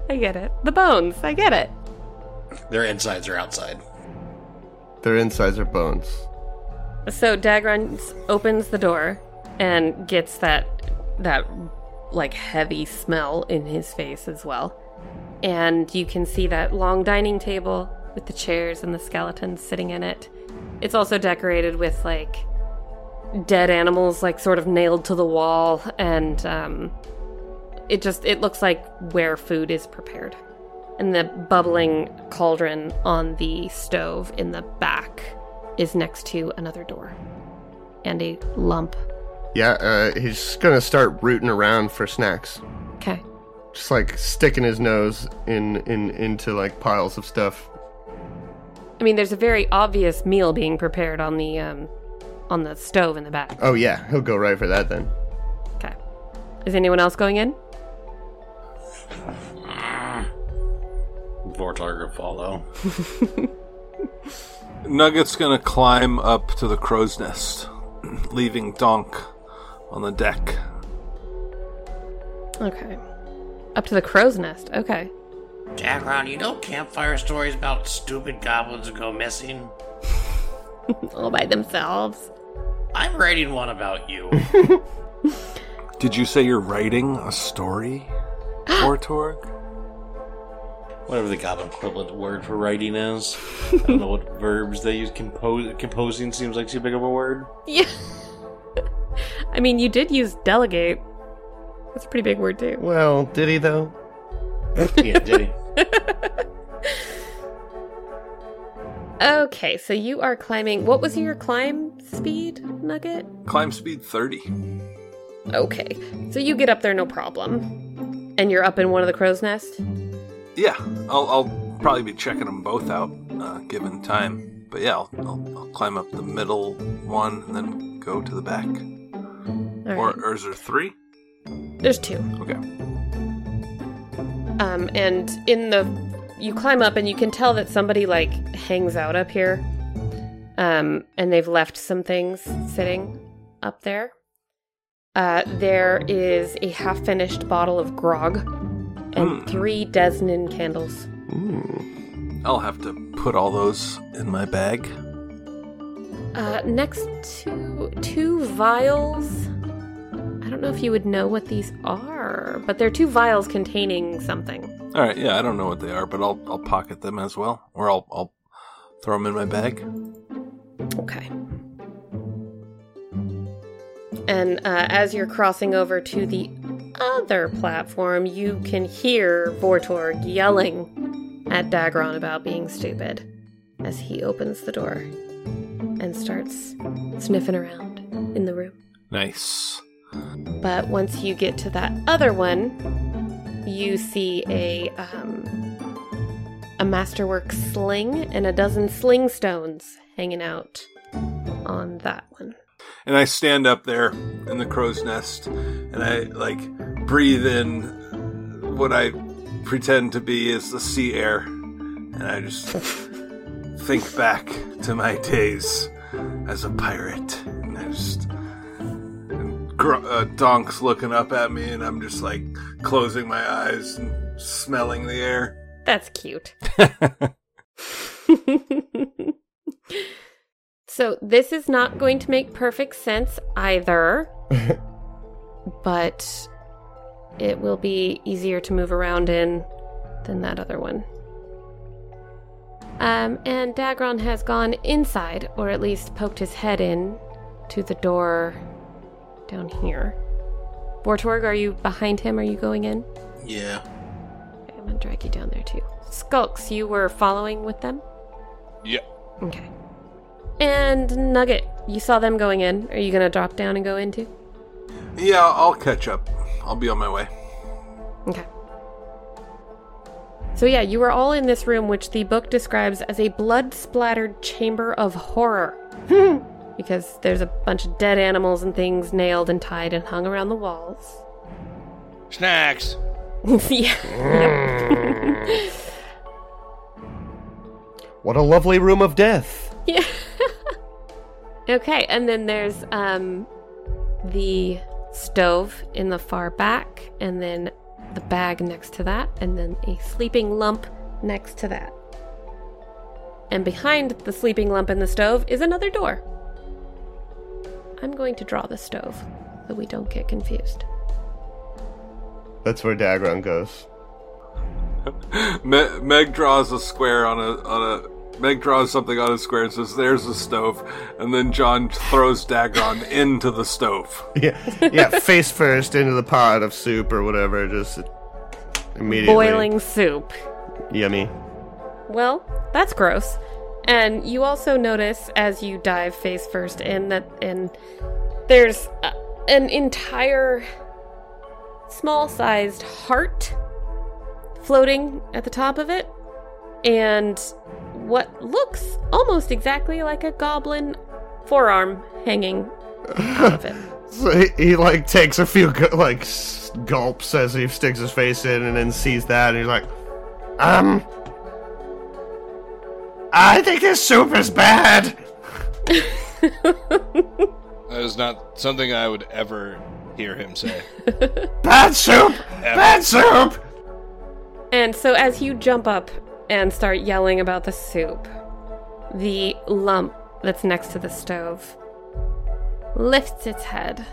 S1: I get it. The bones. I get it.
S5: Their insides are outside.
S4: Their insides are bones.
S1: So Dagron s- opens the door and gets that that like heavy smell in his face as well. And you can see that long dining table with the chairs and the skeletons sitting in it. It's also decorated with like dead animals like sort of nailed to the wall and um it just it looks like where food is prepared. And the bubbling cauldron on the stove in the back is next to another door and a lump.
S4: Yeah. Uh, he's just gonna start rooting around for snacks.
S1: Okay.
S4: just like sticking his nose in in into like piles of stuff.
S1: I mean, there's a very obvious meal being prepared on the um, on the stove in the back.
S4: Oh yeah, he'll go right for that then.
S1: Okay. Is anyone else going in?
S5: Vortarg will follow.
S3: Nugget's gonna climb up to the crow's nest, leaving Donk on the deck.
S1: Okay. Up to the crow's nest. Okay.
S6: Dagron, you know campfire stories about stupid goblins who go missing?
S1: All by themselves.
S6: I'm writing one about you.
S3: Did you say you're writing a story, Tortorg?
S5: Whatever the goblin equivalent word for writing is. I don't know what verbs they use. Compose, composing seems like too big of a word.
S1: Yeah. I mean, you did use delegate. That's a pretty big word too.
S4: Well, did he though?
S5: Yeah, did he?
S1: Okay, so you are climbing. What was your climb speed, Nugget?
S3: Climb speed 30.
S1: Okay. So you get up there no problem. And you're up in one of the crow's nest?
S3: Yeah, I'll, I'll probably be checking them both out, uh, given time. But yeah, I'll, I'll, I'll climb up the middle one and then go to the back.
S1: All
S3: or,
S1: right.
S3: or is there three?
S1: There's two.
S3: Okay.
S1: Um, and in the you climb up and you can tell that somebody like hangs out up here. Um, and they've left some things sitting up there. Uh, there is a half finished bottle of grog and
S3: Hmm.
S1: three Desnan candles.
S3: I'll have to put all those in my bag.
S1: Uh, next to two vials. I don't know if you would know what these are, but they're two vials containing something.
S3: All right, yeah, I don't know what they are, but I'll I'll pocket them as well, or I'll I'll throw them in my bag.
S1: Okay. And uh, as you're crossing over to the other platform, you can hear Vortorg yelling at Dagron about being stupid as he opens the door and starts sniffing around in the room.
S3: Nice.
S1: But once you get to that other one, you see a um, a masterwork sling and a dozen sling stones hanging out on that one.
S3: And I stand up there in the crow's nest, and I like breathe in what I pretend to be is the sea air, and I just think back to my days as a pirate, and I just. and Gr- uh, Donk's looking up at me, and I'm just like closing my eyes and smelling the air.
S1: That's cute. so this is not going to make perfect sense either, but it will be easier to move around in than that other one. Um, and Dagron has gone inside, or at least poked his head in to the door down here. Bortorg, are you behind him? Are you going in?
S5: Yeah.
S1: Okay, I'm gonna drag you down there too. Skulks, you were following with them?
S7: Yeah.
S1: Okay. And Nugget, you saw them going in. Are you gonna drop down and go in too?
S3: Yeah, I'll catch up. I'll be on my way.
S1: Okay. So yeah, you were all in this room, which the book describes as a blood-splattered chamber of horror, because there's a bunch of dead animals and things nailed and tied and hung around the walls.
S7: Snacks.
S1: yeah.
S4: What a lovely room of death.
S1: Yeah. okay, and then there's um the stove in the far back and then the bag next to that and then a sleeping lump next to that. And behind the sleeping lump and the stove is another door. I'm going to draw the stove so we don't get confused.
S4: That's where Dagron goes.
S3: Me- Meg draws a square on a on a Meg draws something on a square and says, "There's the stove," and then John throws Dagon into the stove.
S4: Yeah, yeah, face first into the pot of soup or whatever, just immediately
S1: Boiling soup.
S4: Yummy.
S1: Well, that's gross. And you also notice as you dive face first in that, and there's uh an entire small sized heart floating at the top of it, and what looks almost exactly like a goblin forearm hanging out of it.
S4: So he, he like takes a few gu- like s- gulps as he sticks his face in, and then sees that, and he's like, um, I think this soup is bad.
S7: That is not something I would ever hear him say.
S4: Bad soup. Bad soup.
S1: And so, as you jump up and start yelling about the soup, the lump that's next to the stove lifts its head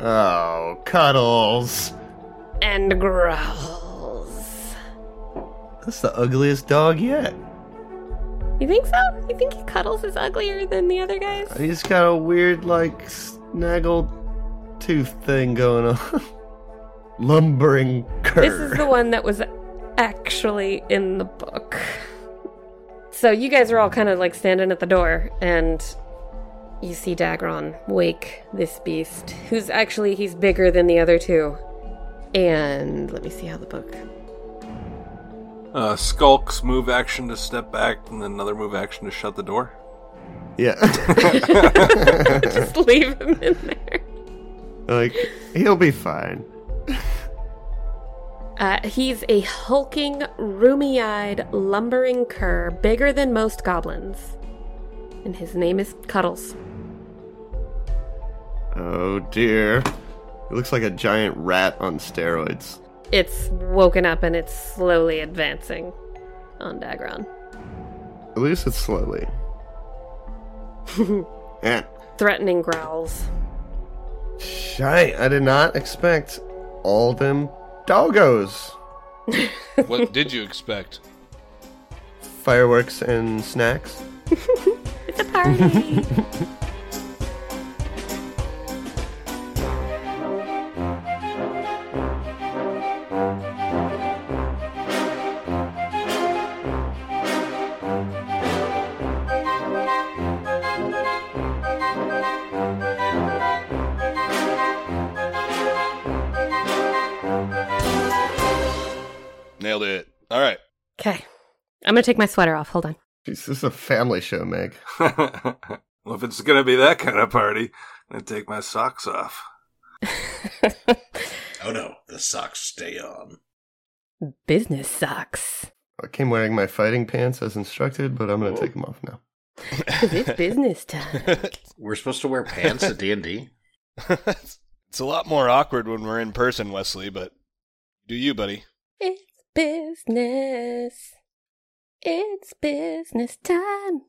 S4: Oh, cuddles.
S1: and growls.
S4: That's the ugliest dog yet.
S1: You think so? You think Cuddles is uglier than the other guys?
S4: He's got a weird like snaggle tooth thing going on. Lumbering curve.
S1: This is the one that was actually in the book. So you guys are all kind of like standing at the door, and You see Dagron wake this beast, who's actually he's bigger than the other two. And let me see how the book.
S3: Uh, Skulk's move action to step back, and then another move action to shut the door.
S4: Yeah.
S1: Just leave him in there.
S4: Like, he'll be fine.
S1: Uh, he's a hulking, roomy eyed, lumbering cur, bigger than most goblins. And his name is Cuddles.
S4: Oh dear. It looks like a giant rat on steroids.
S1: It's woken up and it's slowly advancing on Dagron.
S4: At least it's slowly. Eh.
S1: Threatening growls.
S4: Shite, I did not expect all them doggos.
S7: What did you expect?
S4: Fireworks and snacks.
S1: It's a party.
S7: Nailed it. All right.
S1: Okay. I'm going to take my sweater off. Hold on.
S4: Jeez, this is a family show, Meg.
S3: well, if it's gonna be that kind of party, I'm gonna take my socks off.
S5: Oh no, the socks stay on.
S1: Business sucks.
S4: I came wearing my fighting pants as instructed, but I'm gonna take them off now.
S1: 'Cause it's business time.
S5: We're supposed to wear pants at D and D.
S7: it's a lot more awkward when we're in person, Wesley, but do you, buddy?
S1: It's business. It's business time.